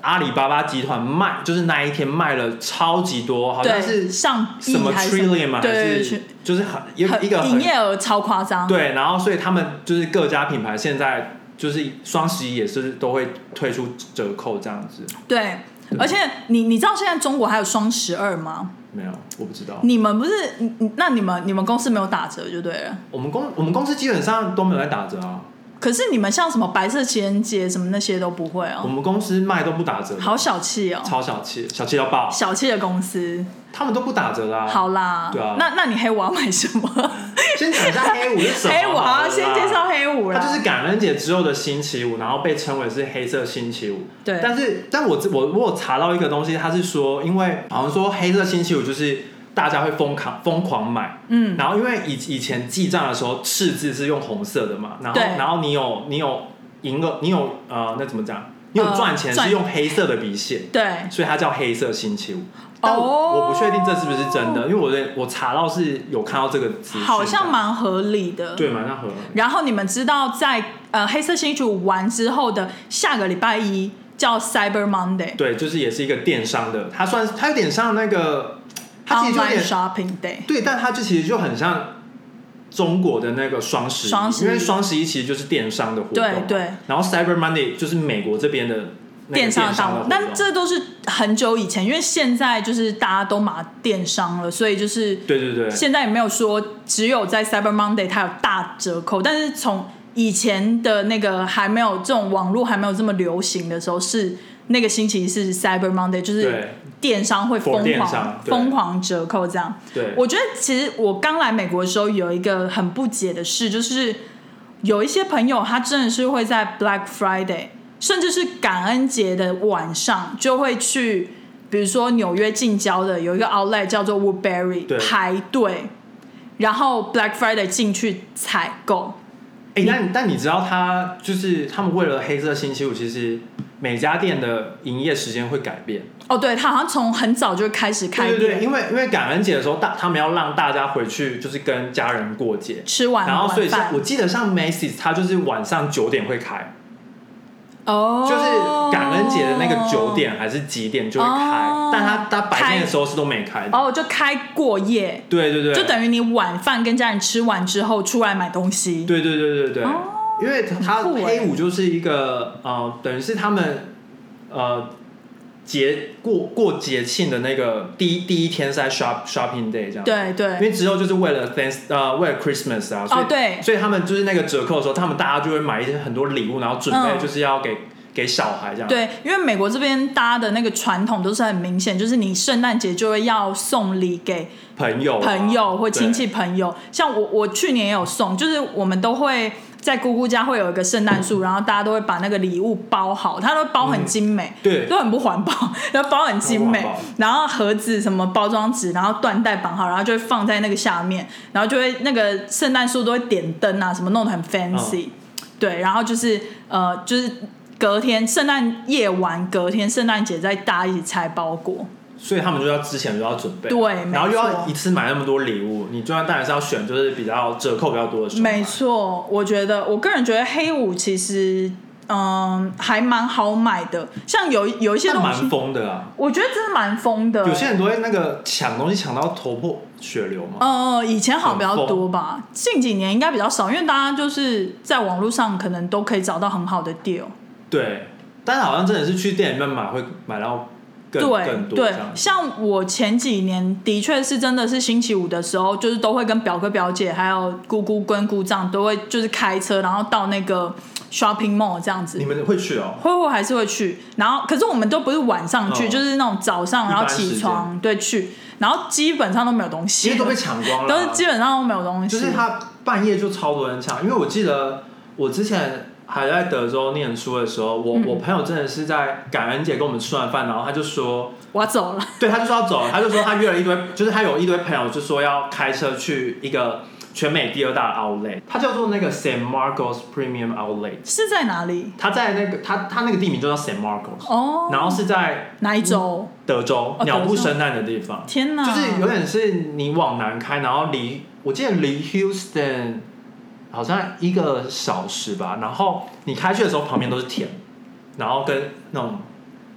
阿里巴巴集团卖，就是那一天卖了超级多，好像对，是上亿什么还是什么 trillion 嘛，还对，是就是很一个很一个营很业额超夸张，对，然后所以他们就是各家品牌现在就是双十一也是都会推出折扣这样子，对而且你你知道现在中国还有双十二吗？没有我不知道，你们不是你你那你们你们公司没有打折就对了，我们公我们公司基本上都没有在打折啊，可是你们像什么白色情人节什么那些都不会我哦，们公司卖都不打折，好小气哦，超小气，小气到爆，小气的公司，他们都不打折的、啊。好啦，对啊那那你黑我要买什么？先讲一下黑黑五是 (laughs) 什么？黑五好，先介绍黑五它啦。就是感恩节之后的星期五，然后被称为是黑色星期五。对但是但我我我有查到一个东西，它是说，因为好像说黑色星期五就是大家会疯狂疯狂买，嗯，然后因为以以前记账的时候赤字是用红色的嘛，然后对然后你有你有赢了，你有呃那怎么讲？你有呃赚钱赚是用黑色的笔写，对，所以它叫黑色星期五。但我,、哦我不确定这是不是真的，因为我的我查到是有看到这个资讯，好像蛮合理的。对，蛮像合理。然后你们知道在呃黑色星期五完之后的下个礼拜一叫 Cyber Monday。对，就是也是一个电商的，它算它有点像那个，它其实就有 Online 点 Shopping Day，对，但它就其实就很像中国的那个双十一，双十一因为双十一其实就是电商的活动嘛，对对然后 Cyber Monday 就是美国这边的那个电商商的大王的活动，但这都是很久以前，因为现在就是大家都买电商了，所以就是对对对，现在也没有说只有在 Cyber Monday 它有大折扣，但是从以前的那个还没有这种网络还没有这么流行的时候，是那个星期是 Cyber Monday，就是对电商会疯 For 电狂商对疯狂折扣这样。对，我觉得其实我刚来美国的时候有一个很不解的事，就是有一些朋友他真的是会在 Black Friday，甚至是感恩节的晚上就会去，比如说纽约近郊的有一个 outlet 叫做 Woodbury 对排队，然后 Black Friday 进去采购。哎、但但你知道他就是他们为了黑色星期五，其实每家店的营业时间会改变。哦，对，他好像从很早就开始开对店，对对，因为因为感恩节的时候，大他们要让大家回去就是跟家人过节，吃完然后所以晚像饭我记得像 Macy's，它就是晚上九点会开，哦，就是感恩节的那个九。点还是几点就会开，哦但它它白开天的时候是都没开的。哦，就开过夜，对对对，就等于你晚饭跟家人吃完之后出来买东西。对对对对对，哦因为它很酷欸黑五就是一个呃，等于是他们呃节过过节庆的那个第一第一天是在 shop shopping day 这样。。对因对为之后就是为了 thanks 呃为了 Christmas 啊，所以、哦对所以他们就是那个折扣的时候，他们大家就会买一些很多礼物，然后准嗯备就是要给、给小孩这样。对，因为美国这边搭的那个传统都是很明显，就是你圣诞节就会要送礼给朋友啊、朋友或亲戚对，朋友。像我，我去年也有送，就是我们都会在姑姑家会有一个圣诞树，然后大家都会把那个礼物包好，它都包很精美，嗯对都很不环保， (laughs) 然后包很精美很不环保，然后盒子什么包装纸，然后缎带绑好，然后就会放在那个下面，然后就会那个圣诞树都会点灯啊，什么弄得很嗯 fancy，、对，然后就是呃就是。隔天圣诞夜晚，隔天圣诞节再大家一起拆包裹，所以他们就要之前就要准备，对然后又没要错一次买那么多礼物，你就要当然是要选就是比较折扣比较多的时候买。没错，我觉得我个人觉得黑五其实嗯还蛮好买的，像有有一些但东蛮西，疯的啊。我觉得真的蛮疯的欸。有些人都会那个抢东西抢到头破血流嘛。嗯嗯，以前好像比较多吧，近几年应该比较少，因为大家就是在网络上可能都可以找到很好的 deal。对，但好像真的是去店里面买会买到更更对多这对样，。像我前几年的确是真的是星期五的时候，就是都会跟表哥表姐还有姑姑跟姑丈都会就是开车，然后到那个 shopping mall 这样子你。们会去哦？会会还是会去，然后可是我们都不是晚上去，哦就是那种早上一般然后起时床对去，然后基本上都没有东因西为，都被抢光了都啊、是基本上都没有东西，就是他半夜就超多人抢，因为我记得我之前还在德州念书的时候，我、嗯我朋友真的是在感恩节跟我们吃完饭，然后他就说，我要走了，对，他就说要走了，他就说他约了一堆，就是他有一堆朋友就说要开车去一个全美第二大的 outlet，它叫做那个 San Marcos Premium Outlet。是在哪里？他在那个他他那个地名就叫 San Marcos，、哦，然后是在哪一州？德州、哦鸟德不州生蛋的地方，天哪，嗯就是有点是你往南开，然后离我记得离 Houston 好像一个小时吧，然后你开去的时候旁边都是田，然后跟那种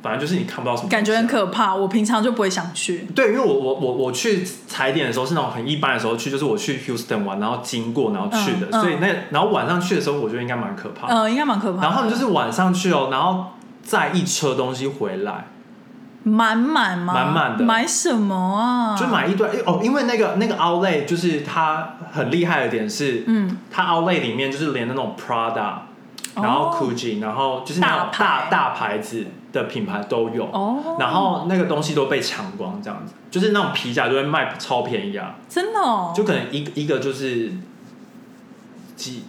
反正就是你看不到什么东西啊，感觉很可怕，我平常就不会想去。对，因为我我我我去踩点的时候是那种很一般的时候去，就是我去 Houston 玩，然后经过然后去的，嗯嗯所以那然后晚上去的时候我觉得应该蛮可怕的。嗯、应该蛮可怕的。然后他们就是晚上去哦，然后再一车东西回来，满满吗？满满的买什么啊？就买一堆哦，因为那个那个 Outlet 就是它很厉害的点是，嗯，它 Outlet 里面就是连那种 Prada，然后哦 Gucci，、然后就是那种大大牌大牌子的品牌都有，哦，然后那个东西都被抢光这样子，就是那种皮夹就会卖超便宜啊，真的哦，就可能一一个就是几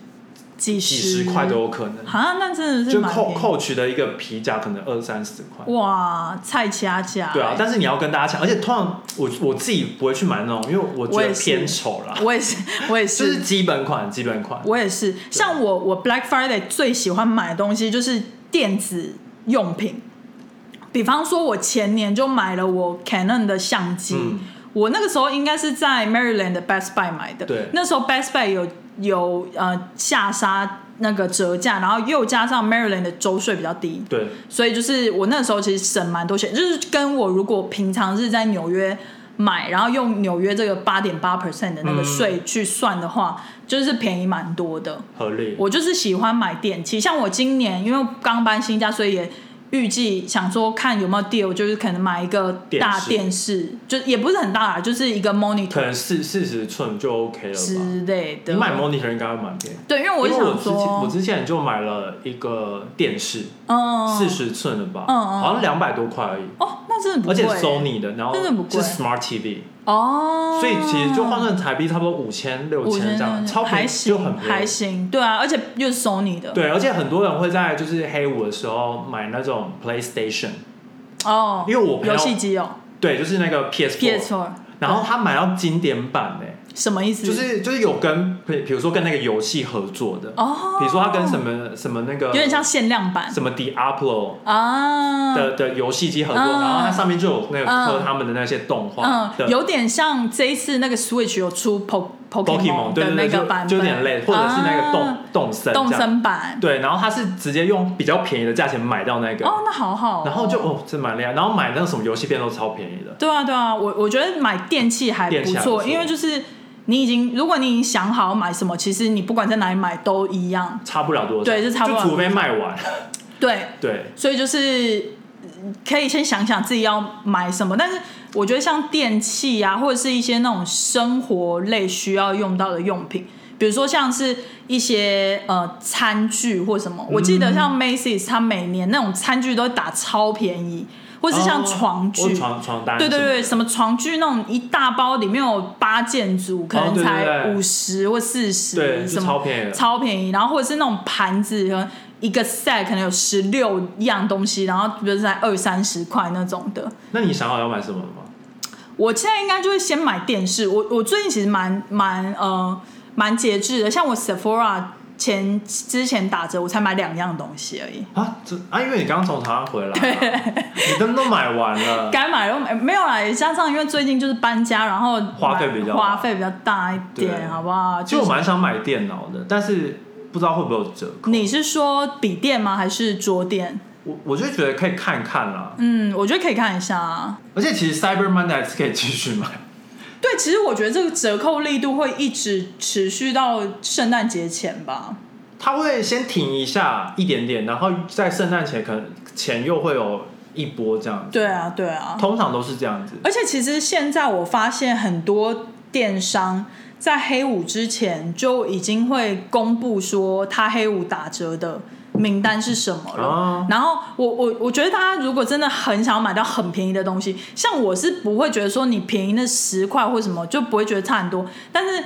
几几十十块都有可能，啊，那真的是就蛮扣便宜扣取的一个皮夹可能二三十块。哇，菜掐架、对啊，但是你要跟大家抢，而且通常我我自己不会去买那种，因为我觉我得也是偏丑啦，我也是，我也，就是是基本款，基本款。我也是。像我，我 Black Friday 最喜欢买的东西就是电子用品，比方说，我前年就买了我 Canon 的相机，嗯我那个时候应该是在 Maryland 的 Best Buy 买的，对那时候 Best Buy 有有呃下杀那个折价，然后又加上 Maryland 的州税比较低，对，所以就是我那时候其实省蛮多钱，就是跟我如果平常是在纽约买，然后用纽约这个八点八 percent 的那个税去算的话，就是便宜蛮多的。合理。我就是喜欢买电器，像我今年因为刚搬新家，所以也预计想说看有没有 deal，就是可能买一个大电电视，就也不是很大啦，就是一个 monitor 可能四四十寸就 OK 了吧？之类你的。买 monitor 应该会蛮便宜。对，因为我因就为我想之前我说，之前就买了一个电视，嗯，四十寸的吧，嗯嗯好像两百多块而已，哦，那真的不而贵、且 Sony 的，然后真的不贵是 Smart TV，哦，所以其实就换算台币差不多五千六我觉千得嗯这样，超便还宜就很行，便还宜。行，对啊，而且又是 Sony 的，对，而且很多人会在就是黑五的时候买那种 PlayStation，哦，因为我朋友游戏机哦对，就是那个 PS4， ，PS4，然后他买到经典版的、什么意思？就是就是有跟比比如说跟那个游戏合作的，哦，比如说他跟什么什么那个有点像限量版什么 Diablo 啊，的的游戏机合作，嗯然后它上面就有那个嗯刻他们的那些动画嗯的，有点像这一次那个 Switch 有出 Po Pokemon， Pokemon 对的对那对，个就版本，就有点累，或者是那个动啊动森动这样，森版，对，然后他是直接用比较便宜的价钱买到那个，哦，那好好哦，然后就哦，这蛮厉害，然后买那个什么游戏片都超便宜的，对啊，对啊，我我觉得买电器还电不器还不错，错因为就是你已经，如果你已经想好买什么，其实你不管在哪里买都一样，差不了多少，对就差不了除非卖完，对，对，所以就是嗯可以先想想自己要买什么，但是我觉得像电器啊，或者是一些那种生活类需要用到的用品，比如说像是一些呃餐具或什么，嗯我记得像 Macy's 它每年那种餐具都会打超便宜，或是像哦床或具。床床单，对对对，，什么床具那种一大包，里面有八件组，可哦能对对才对五十或四十，对，啊什就么超便宜的，超便宜，然后或者是那种盘子，可能一个 set 可能有十六样东西，然后比如在二三十块那种的。那你想好要买什么了吗？我现在应该就会先买电视，我我最近其实蛮蛮呃蛮节制的，像我 Sephora 前之前打折，我才买两样东西而已。啊，这啊，因为你刚刚从台湾回来啊、你灯都买 (laughs) 完了，该买都买，没有啦，也加上因为最近就是搬家，然后花费比较花费比较大一对点，好不好？其实就我是蛮想买电脑的，但是不知道会不会有折扣。你是说笔电吗？还是桌垫？我我就觉得可以看看啦，嗯，我觉得可以看一下啊。而且其实 Cyber Monday 还是可以继续买。对，其实我觉得这个折扣力度会一直持续到圣诞节前吧。它会先停一下一点点，然后在圣诞前可能前又会有一波这样子，对啊，对啊。通常都是这样子。而且其实现在我发现很多电商在黑五之前就已经会公布说他黑五打折的名单是什么了。哦然后我我我觉得大家如果真的很想要买到很便宜的东西，像我是不会觉得说你便宜那十块或什么就不会觉得差很多，但是。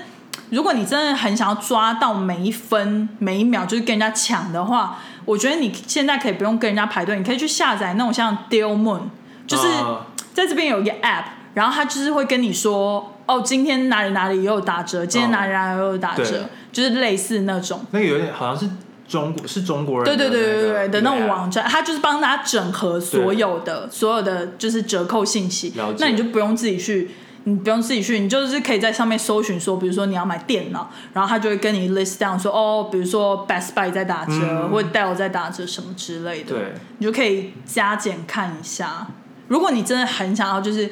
如果你真的很想要抓到每一分每一秒，就是跟人家抢的话，我觉得你现在可以不用跟人家排队，你可以去下载那种像 Deal Moon，就是啊在这边有一个 app，然后它就是会跟你说，哦，今天哪里哪里又有打折，今天哪里哪里又有打折，哦对就是类似那种。那个有点好像是中国是中国人对的对对对对那对个的那种 app 网站，它就是帮大家整合所有的所有的就是折扣信息了解，那你就不用自己去，你不用自己去，你就是可以在上面搜寻说，比如说你要买电脑，然后它就会跟你 list down 说，哦，比如说 Best Buy 在打折，嗯或者 Dell 在打折什么之类的，对你就可以加减看一下。如果你真的很想要，就是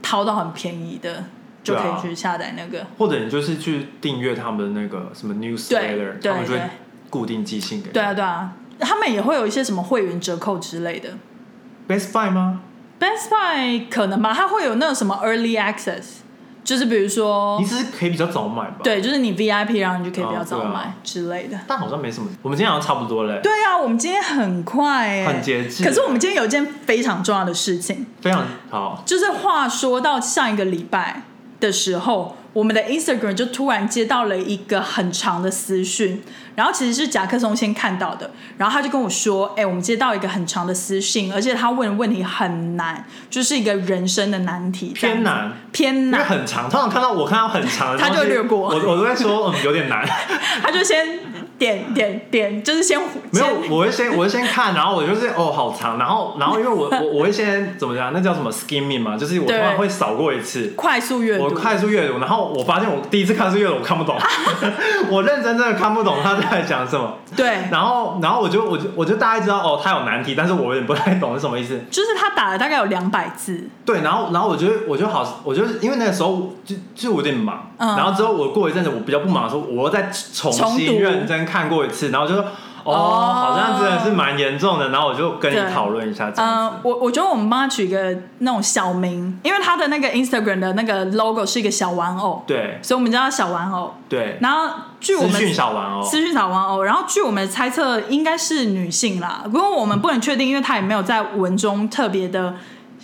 掏到很便宜的，就对可啊以去下载那个。或者你就是去订阅他们的那个什么 newsletter，对他们就对会固定寄信给你。对啊，对啊，他们也会有一些什么会员折扣之类的。 Best Buy 吗？ Best Buy 可能吧，它会有那种什么 Early Access，就是比如说你，只是可以比较早买吧？，对，就是你 VIP，然后你就可以比较哦早对啊买之类的。但好像没什么。我们今天好像差不多嘞，对啊，我们今天很快哎、很节制可是我们今天有一件非常重要的事情，非常好。就是话说到上一个礼拜的时候，我们的 Instagram 就突然接到了一个很长的私讯，然后其实是甲克松先看到的，然后他就跟我说：“哎、我们接到一个很长的私信，而且他问的问题很难，就是一个人生的难题，这样偏难，偏因为难。很长，通常看到我看到很长的东西，他就略过我我都在说，嗯，有 (laughs) 点难。”他就先点点点，就是先没有先，我会先我会先看，然后我就是哦，好长，然后然后因为我我我会先怎么讲，那叫什么 skimming 嘛，就是我对通常会扫过一次，快速阅我读。快速阅读，然后我发现我第一次快速阅读我 (laughs) 看不懂，我认真真的看不懂他在讲什么，对，然后然后我就我就我就大概知道哦，他有难题，但是我有点不太懂是什么意思。就是他打了大概有两百字，对，然后然后我觉得我就好，我就是因为那个时候就就有点忙，嗯然后之后我过一阵子我比较不忙的时候，我又再重重读新认真看过一次，然后就说哦，哦好像真的是蛮严重的，然后我就跟对你讨论一下这样子。嗯，我我觉得我们帮他取一个那种小名，因为他的那个 Instagram 的那个 logo 是一个小玩偶，对所以我们叫他小玩偶。对，然后据我资们讯小哦玩偶，私讯小玩偶，然后据我们的猜测应该是女性啦，不过我们不能确定，因为他也没有在文中特别的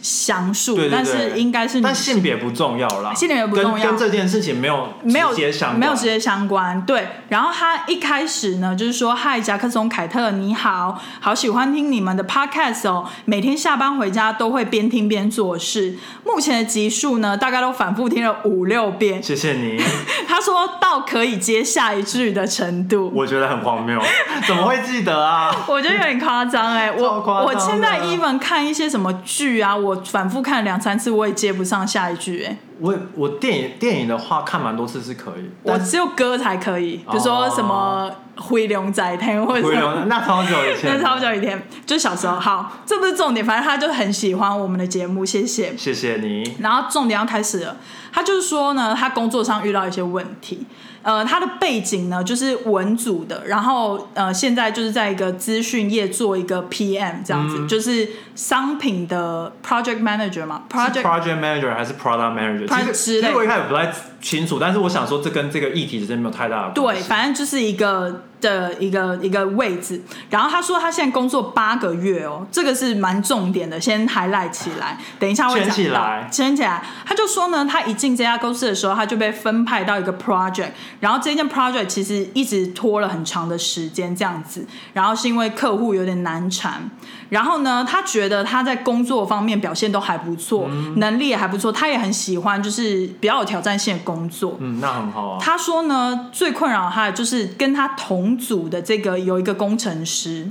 详述，对对对但是应该是女但性。性别不重要啦，性别不重要跟跟这件事情没有没有直接相关没有直接相关。对，然后他一开始呢，就是说：“嗨，夹克松凯特，你好，好喜欢听你们的 podcast 哦，每天下班回家都会边听边做事。目前的集数呢，大概都反复听了五六遍。 (laughs) 谢谢你，他说到可以接下一句的程度。”我觉得很荒谬，怎么会记得啊？我觉得有点夸张哎、超我夸张的我现在 even 看一些什么剧啊，我反复看两三次，我也接不上下一句哎、我我电影电影的话看蛮多次是可以，我但哦只有歌才可以，比如说什么《灰龙仔天》或者回什么流那超久以那前，是超久以前，就是小时候。好，这不是重点，反正他就很喜欢我们的节目，谢谢。谢谢你。然后重点要开始了，他就是说呢，他工作上遇到一些问题。呃，他的背景呢就是文组的，然后呃，现在就是在一个资讯业做一个 PM 这样子，就是商品的 project manager 嘛是，project project manager 还是 product manager？其 Pro- 实之其类实我一开始不太清楚，但是我想说这跟这个议题之间没有太大的关对，系。反正就是一个的一个一个位置。然后他说他现在工作八个月哦，这个是蛮重点的，先 highlight 起来，等一下会讲到。圈起来圈起来。他就说呢，他一进这家公司的时候，他就被分派到一个 project，然后这件 project 其实一直拖了很长的时间这样子，然后是因为客户有点难缠。然后呢，他觉得他在工作方面表现都还不错，嗯能力也还不错，他也很喜欢就是比较有挑战性的工作。嗯，那很好啊。他说呢，最困扰他的就是跟他同组的这个有一个工程师，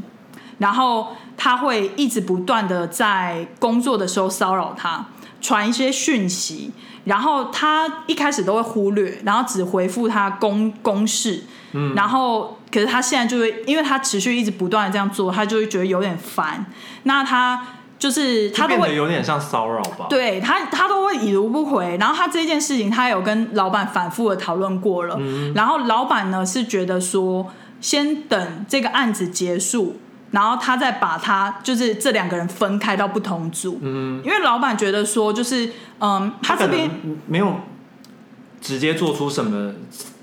然后他会一直不断的在工作的时候骚扰他，传一些讯息，然后他一开始都会忽略，然后只回复他公公事，嗯，然后可是他现在就会，因为他持续一直不断的这样做，他就会觉得有点烦，那他。就是他都就变会得有点像骚扰吧？，对他，他都会已读不回。然后他这件事情，他有跟老板反复的讨论过了。嗯然后老板呢是觉得说，先等这个案子结束，然后他再把他就是这两个人分开到不同组。嗯，因为老板觉得说，就是嗯，他这边可能没有直接做出什么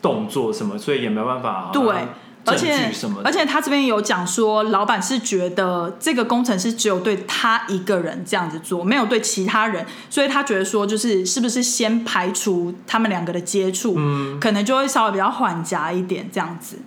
动作什么，所以也没有办法对啊。而证且据什么的而且他这边有讲说，老板是觉得这个工程师只有对他一个人这样子做，没有对其他人，所以他觉得说，就是是不是先排除他们两个的接触，嗯可能就会稍微比较缓夹一点这样子。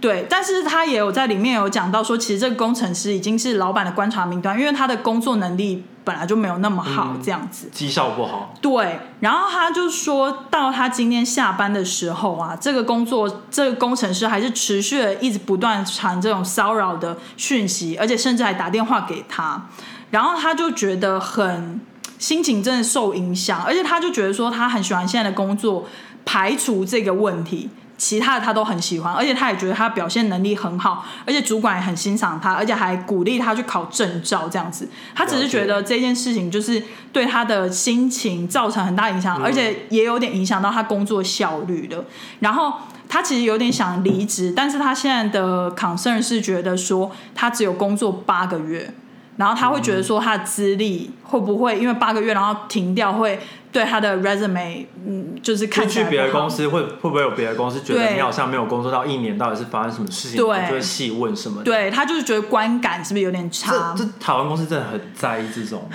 对，但是他也有在里面有讲到说，其实这个工程师已经是老板的观察名单，因为他的工作能力本来就没有那么好，这样子。绩效不好，对，然后他就说到他今天下班的时候啊，这个工作这个工程师还是持续的一直不断传这种骚扰的讯息，而且甚至还打电话给他，然后他就觉得很心情真的受影响，而且他就觉得说他很喜欢现在的工作，排除这个问题。其他的他都很喜欢，而且他也觉得他表现能力很好，而且主管也很欣赏他，而且还鼓励他去考证照这样子。他只是觉得这件事情就是对他的心情造成很大影响，而且也有点影响到他工作效率的。然后他其实有点想离职，但是他现在的 concern 是觉得说他只有工作八个月，然后他会觉得说他的资历会不会因为八个月然后停掉会对他的 resume 嗯就是就看起去来别的不好公司会会不会有别的公司觉得对你好像没有工作到一年，到底是发生什么事情，对然后就会细问什么的。对他就是觉得观感是不是有点差这？这台湾公司真的很在意这种，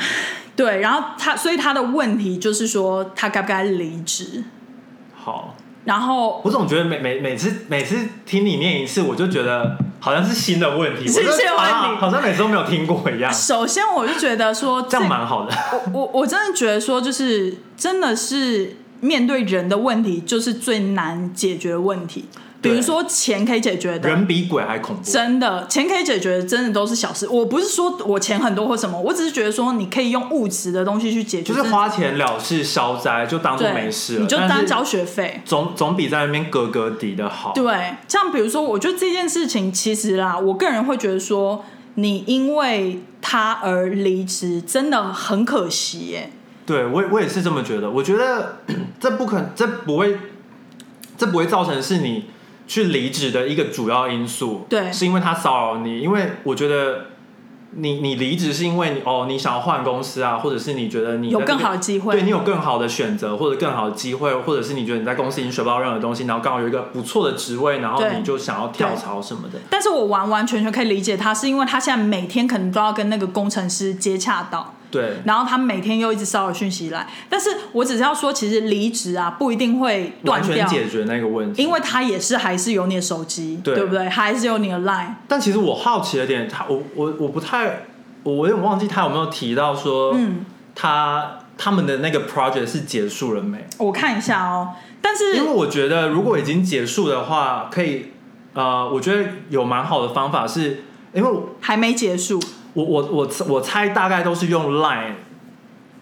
对，然后他所以他的问题就是说他该不该离职？好，然后我总觉得每每每次每次听你念一次，我就觉得好像是新的问题，是我就新的问题啊好像每次都没有听过一样，首先我就觉得说这这样蛮好的。我我真的觉得说，就是真的是面对人的问题，就是最难解决的问题。比如对说钱可以解决的，人比鬼还恐怖，真的钱可以解决，真的都是小事。我不是说我钱很多或什么，我只是觉得说你可以用物质的东西去解决，就是花钱了事消灾，就当做对没事了，你就但当是交学费。总总比在那边格格底的好。对，像比如说，我觉得这件事情其实啦，我个人会觉得说，你因为他而离职，真的很可惜耶。对我也我也是这么觉得。我觉得 (clears throat) 这不可，这不会，这不会造成是你去离职的一个主要因素。对是因为他骚扰你，因为我觉得你你离职是因为你哦，你想要换公司啊，或者是你觉得你有在这更边好的机对你会，有更好的选择，或者更好的机会，或者是你觉得你在公司已经学不到任何东西，然后刚好有一个不错的职位，然后对你就想要跳对槽什么的。但是我完完全全可以理解他，是因为他现在每天可能都要跟那个工程师接洽到，对，然后他每天又一直骚扰讯息来。但是我只是要说，其实离职啊不一定会断完全掉，解决那个问题。因为他也是还是有你的手机，对对不对？还是有你的 Line。但其实我好奇的点，他我我我不太，我我有点忘记他有没有提到说，嗯，他他们的那个 project 是结束了没？我看一下哦。但是因为我觉得如果已经结束的话，可以，呃，我觉得有蛮好的方法是，因为我还没结束，我我我我猜大概都是用 Line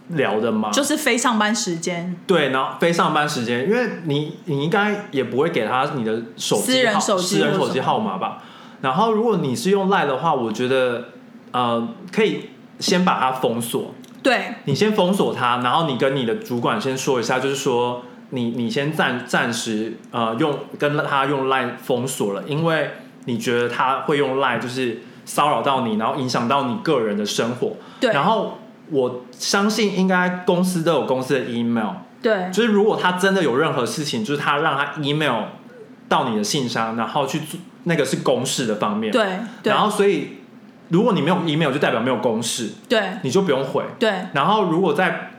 聊的嘛，就是非上班时间。对，然后非上班时间，因为你你应该也不会给他你的手机私人号手机私人或手什机么号码吧。然后如果你是用赖的话，我觉得呃可以先把它封锁，对，你先封锁它，然后你跟你的主管先说一下，就是说你你先暂暂时呃用跟他用赖封锁了，因为你觉得他会用赖就是骚扰到你，然后影响到你个人的生活。对然后我相信应该公司都有公司的 email。对就是如果他真的有任何事情，就是他让他 email 到你的信箱，然后去做那个是公事的方面。。对对然后所以如果你没有 email，就代表没有公事，对你就不用回。对然后如果在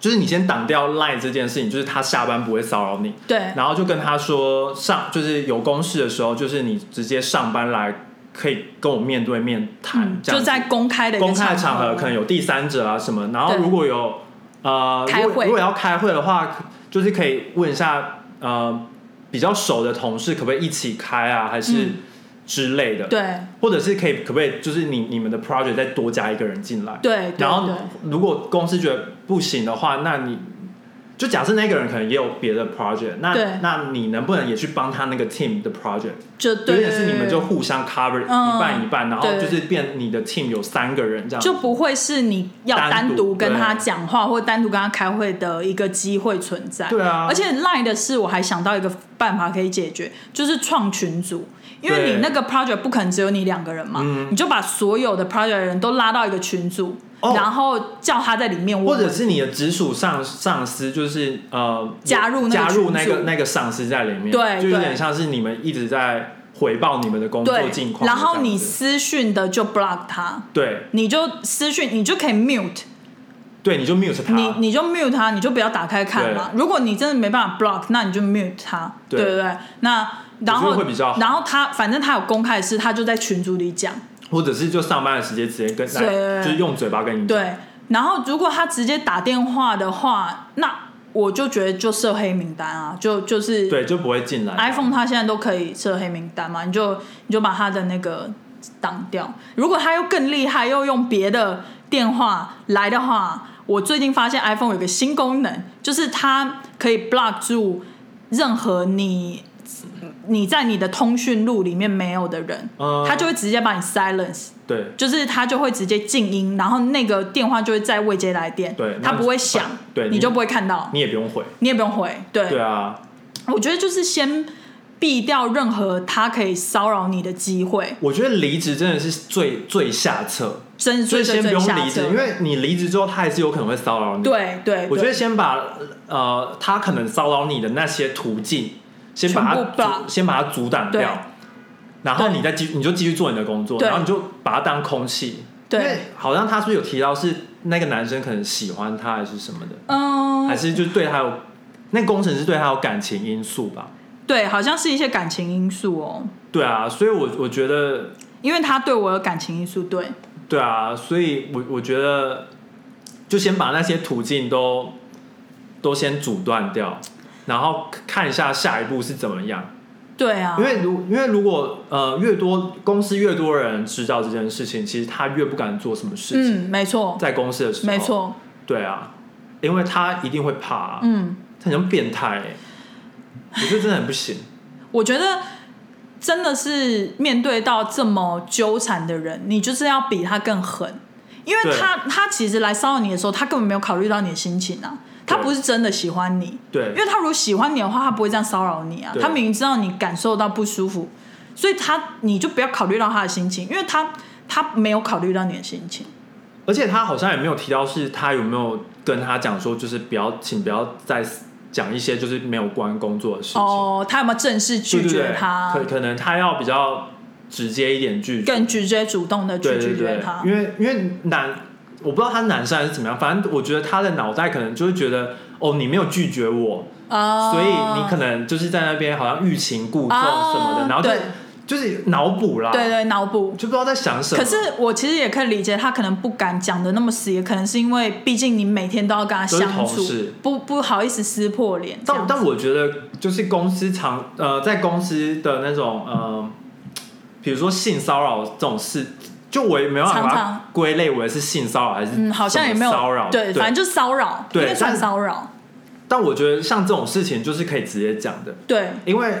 就是你先挡掉 line 这件事情，就是他下班不会骚扰你，对然后就跟他说上就是有公事的时候，就是你直接上班来可以跟我面对面谈，嗯，这样就子在公开的一个公开的场合合，可能有第三者啊什么，然后对如果有呃开如果会如果要开会的话，就是可以问一下呃比较熟的同事可不可以一起开啊，还是嗯之类的，对或者是可以可不可以就是你你们的 project 再多加一个人进来，对，对然后对如果公司觉得不行的话，那你。就假设那个人可能也有别的 project，那对那你能不能也去帮他那个 team 的 project？就有对点是你们对就互相 cover 嗯一半一半，然后对就是变你的 team 有三个人这样，就不会是你要单独单独跟他对讲话或单独跟他开会的一个机会存在。对啊而且赖的事，我还想到一个办法可以解决，就是创群组。因为对你那个 project 不可能只有你两个人嘛，嗯你就把所有的 project 的人都拉到一个群组，哦然后叫他在里面问或问者是你的直属上上司就是呃加入那个加入群那个组那个上司在里面，对就有对点像是你们一直在回报你们的工作对近，况这然样子，后你私讯的就 block 他，对你就私讯，你就可以 mute，对你就 mute 他，你你就 mute 他，你就不要打开看对嘛。如果你真的没办法 block，那你就 mute 他，对对不对？那然我觉后得会比较好然后他反正他有公开的事，他就在群组里讲，或者是就上班的时间直接跟对就是用嘴巴跟你讲，对。然后如果他直接打电话的话，那我就觉得就设黑名单啊，就就是对，就不会进来 iPhone 它现在都可以设黑名单嘛，你就你就把它的那个挡掉。如果它又更厉害，又用别的电话来的话，我最近发现 iPhone 有个新功能，就是它可以 block 住任何你你在你的通讯录里面没有的人，嗯它就会直接把你 silence。对就是它就会直接静音，然后那个电话就会在未接来电，对它那不会响，对你你就不会看到，你也不用回，你也不用回，对啊，我觉得就是先避掉任何他可以骚扰你的机会，我觉得离职真的是最最下策，真是所以最先最最不用下离职，策。因为你离职之后他还是有可能会骚扰你，对对，我觉对得先把呃，他可能骚扰你的那些途径，先把全部它把阻，先把它阻挡对掉，然后对你再继你就继续做你的工作，对然后你就把它当空气。对因为好像他是不是有提到是那个男生可能喜欢他还是什么的，嗯还，是就对他有那工程师对他有感情因素吧？对，好像是一些感情因素哦，对啊，所以我我觉得，因为他对我有感情因素，对，对啊，所以我我觉得，就先把那些途径都都先阻断掉，然后看一下下一步是怎么样。对啊因，为如因为如果呃越多公司越多人知道这件事情，其实他越不敢做什么事情，嗯，没错，在公司的时候，没，错，对啊，因为他一定会怕、啊，嗯。他很像变态、欸，我觉得真的很不行。我觉得真的是面对到这么纠缠的人，你就是要比他更狠，因为对他他其实来骚扰你的时候，他根本没有考虑到你的心情啊，他对不是真的喜欢你，对因，为他如果喜欢你的话，他不会这样骚扰你啊，对他明明知道你感受到不舒服，所以他你就不要考虑到他的心情，因为他他没有考虑到你的心情，而且他好像也没有提到是他有没有跟他讲说，就是不要，请不要再讲一些就是没有关工作的事情。哦，他有没有正式对拒对绝对，他？可可能他要比较直接一点拒绝，更直接主动的去对对拒绝对他，，因为因为男，我不知道他是男生还是怎么样，反正我觉得他的脑袋可能就会觉得，哦，你没有拒绝我，啊所以你可能就是在那边好像欲擒故纵啊什么的，然后就对就是脑补啦，对对脑补，就不知道在想什么。可是我其实也可以理解，他可能不敢讲的那么死，也可能是因为毕竟你每天都要跟他都是相同处事，不不好意思撕破脸这但样子。但我觉得，就是公司常呃，在公司的那种呃，比如说性骚扰这种事，就我也没有办法把常它常归类为是性骚扰还是嗯，好像也没有什么骚扰，对，反正就是骚扰，对应该算但骚扰，但我觉得像这种事情就是可以直接讲的，对因为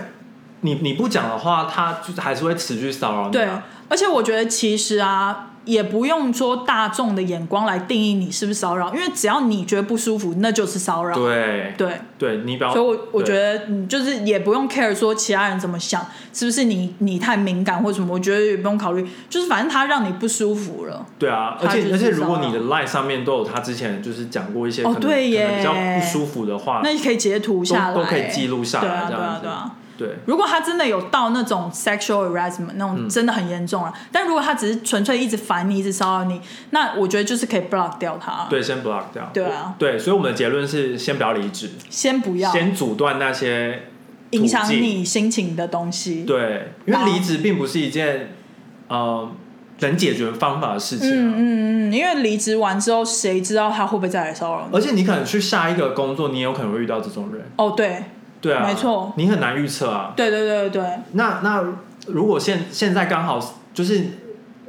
你你不讲的话，他就是还是会持续骚扰你、对啊。。而且我觉得其实啊，也不用说大众的眼光来定义你是不是骚扰，因为只要你觉得不舒服，那就是骚扰。对对，对，你不要。所以我我觉对得嗯就是也不用 care 说其他人怎么想，是不是你你太敏感或什么，我觉得也不用考虑，就是反正他让你不舒服了。对啊，而他就且是而且，如果骚扰你的 line 上面都有他之前就是讲过一些可哦能、对耶可能比较不舒服的话，那你可以截图下来，都都可以记录下来对啊，这对样啊子，对啊。对如果他真的有到那种 sexual harassment 那嗯种真的很严重了、但如果他只是纯粹一直烦你、一直骚扰你，那我觉得就是可以 block 掉他。，对，先 block 掉。对啊对，所以我们的结论是先不要离职，先不要先阻断那些影响途径。你心情的东西。对，因然为后离职并不是一件呃能解决方法的事情、啊。嗯嗯嗯，因为离职完之后，谁知道他会不会再来骚扰你？而且你可能去下一个工作，你也有可能会遇到这种人，哦，对，对啊，没错你很难预测啊。对对对对对，那那如果现现在刚好就是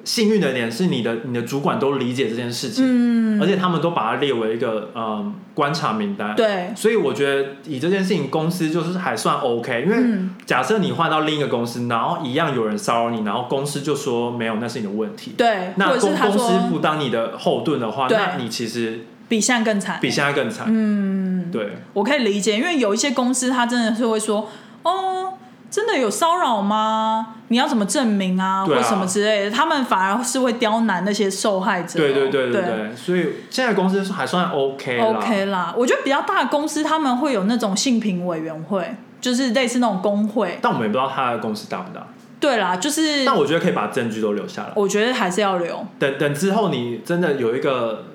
幸运的点是你的你的主管都理解这件事情，嗯，而且他们都把它列为一个嗯观察名单，，对，所以我觉得以这件事情公司就是还算 OK，因为嗯，假设你换到另一个公司，然后一样有人骚扰你，然后公司就说没有，那是你的问题。对，或那者公是他公司不说当你的后盾的话，对那你其实比现在更惨，比现在更惨。嗯，对。我可以理解，因为有一些公司他真的是会说，哦，真的有骚扰吗？你要怎么证明啊，对啊或什么之类的？他们反而是会刁难那些受害者哦、对对对对对对，所以现在公司还算 OK 啦。 OK 啦，我觉得比较大的公司他们会有那种性评委员会，就是类似那种工会。但我们也不知道他的公司大不大。对啦，就是但我觉得可以把证据都留下来，我觉得还是要留，等等之后你真的有一个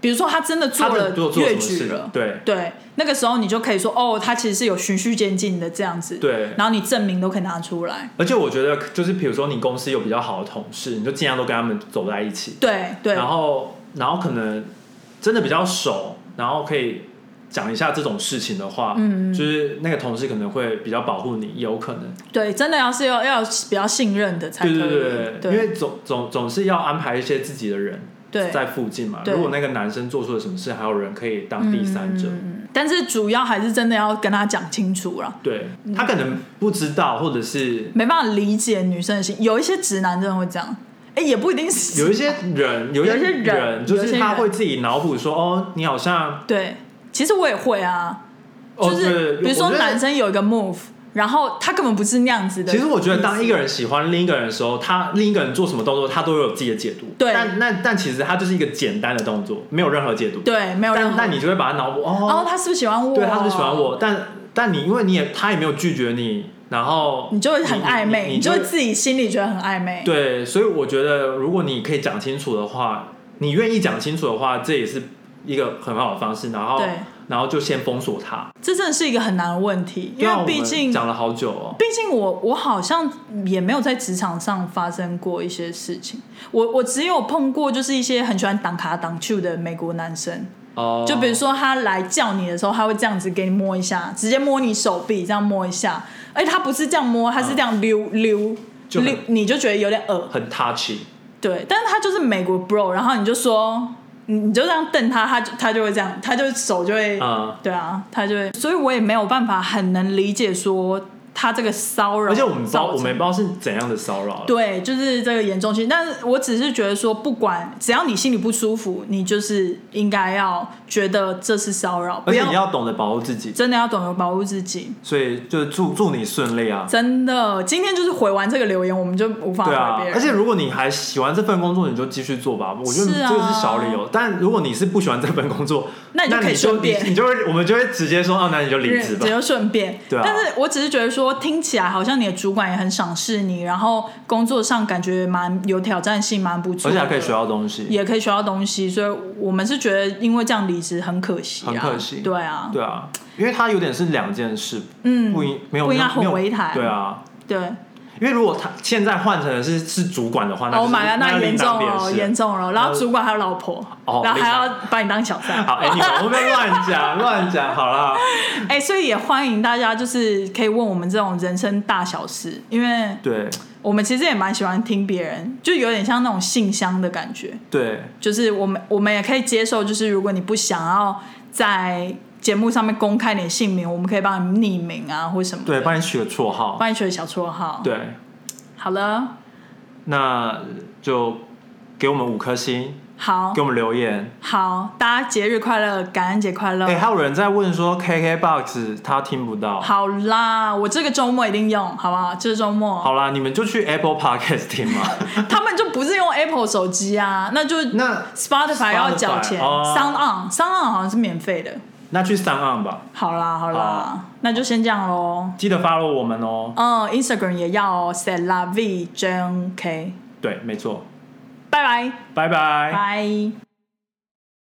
比如说他真的做他了们做做什越么矩事了，对对，那个时候你就可以说，哦，他其实是有循序渐进的这样子，对。然后你证明都可以拿出来，而且我觉得就是比如说你公司有比较好的同事，你就尽量都跟他们走在一起，对对，然后然后可能真的比较熟，然后可以讲一下这种事情的话，嗯，就是那个同事可能会比较保护你，有可能，对，真的要是要要比较信任的啊才可对以。对对对因为总总总是要安排一些自己的人对在附近嘛。对嗯如果那个男生做出了什么事，还有人可以当第三者，但是主要还是真的要跟他讲清楚了，对他可能不知道，或者是没办法理解女生的心。有一些直男真的会这样，哎，也不一定是有一些人，有一有一些些人人就有一些是人他会自己脑补说，哦，你好像对。其实我也会啊，哦，就是、对比如我说觉得男生有一个 move，然后他根本不是那样子的。其实我觉得，当一个人喜欢另一个人的时候，他另一个人做什么动作，他都有自己的解读。对但那但其实他就是一个简单的动作，没有任何解读。对没有任但何，那你就会把他脑补哦，哦，他是不是喜欢我？对，他是不是喜欢我，，但但你因为你也他也没有拒绝你，然后你就会很暧昧，你你就会会自己心里觉得很暧昧。对，所以我觉得如果你可以讲清楚的话，你愿意讲清楚的话，这也是一个很好的方式。然后对然后就先封锁它。这真的是一个很难的问题，因对啊为我毕们竟讲了好久哦。毕竟我我好像也没有在职场上发生过一些事情，我我只有碰过就是一些很喜欢挡卡挡去的美国男生，哦，就比如说他来叫你的时候，他会这样子给你摸一下，直接摸你手臂这样摸一下，而且他不是这样摸，他是这样溜溜啊就很溜，你就觉得有点恶很 touchy，对，但是他就是美国 bro，然后你就说，你你就这样瞪他，他就他就会这样，他就手就会，嗯对啊，他就会，所以我也没有办法很能理解说他这个骚扰，而且我们不知道，造我成们也不知道是怎样的骚啊扰了。对，就是这个严重性。但是我只是觉得说，不管只要你心里不舒服，你就是应该要觉得这是骚扰，而不且你要要懂得保护自己，真的要懂得保护自己。所以就祝祝你顺利啊。真的，今天就是回完这个留言，我们就无法对回啊别人。，而且如果你还喜欢这份工作，你就继续做吧。我觉得是啊这个是小理由。但如果你是不喜欢这份工作， (laughs) 那那你就可以你就顺你便你就会我们就会直接说，哦，那你就离只职吧。就顺便。对啊但是我只是觉得说，听起来好像你的主管也很赏识你，然后工作上感觉蛮有挑战性，蛮不错，而且还可以学，到东西。也可以学到东西。所以我们是觉得，因为这样离职很可惜、啊，很可惜对啊，对啊，因为它有点是两件事，嗯，不应没有不应该没有混没有为一谈对啊，对。因为如果他现在换成的是是主管的话，那 Oh my 就是 god，那就严另当重别了，事严重了。然后那主管还有老婆，哦然后还厉害要把你当小三。好，anyway，我们乱讲乱讲，好 (laughs) 啦，哎、所以也欢迎大家，就是可以问我们这种人生大小事，因为对我们其实也蛮喜欢听别人，就有点像那种信箱的感觉。对，就是我们我们也可以接受，就是如果你不想要在节目上面公开你的姓名，我们可以帮你匿名啊，或什么的对，帮你取个绰号，帮你取个小绰号。，对，好了，那就给我们五颗星，好给我们留言。好，大家节日快乐，感恩节快乐。哎、还有人在问说，KKBOX 他听不到。好啦，我这个周末一定用，好不好？这个周末，好啦，你们就去 Apple Podcast 听 (laughs) 嘛。他们就不是用 Apple 手机啊，那就那 Spotify 要缴钱 Spotify，哦，Sound On，Sound On 好像是免费的。那去上岸吧，好啦，好啦，那就先这样喽。记得 follow 我们哦。嗯，Instagram 也要哦 s e l a v j n k 对，没错，拜拜，拜拜拜。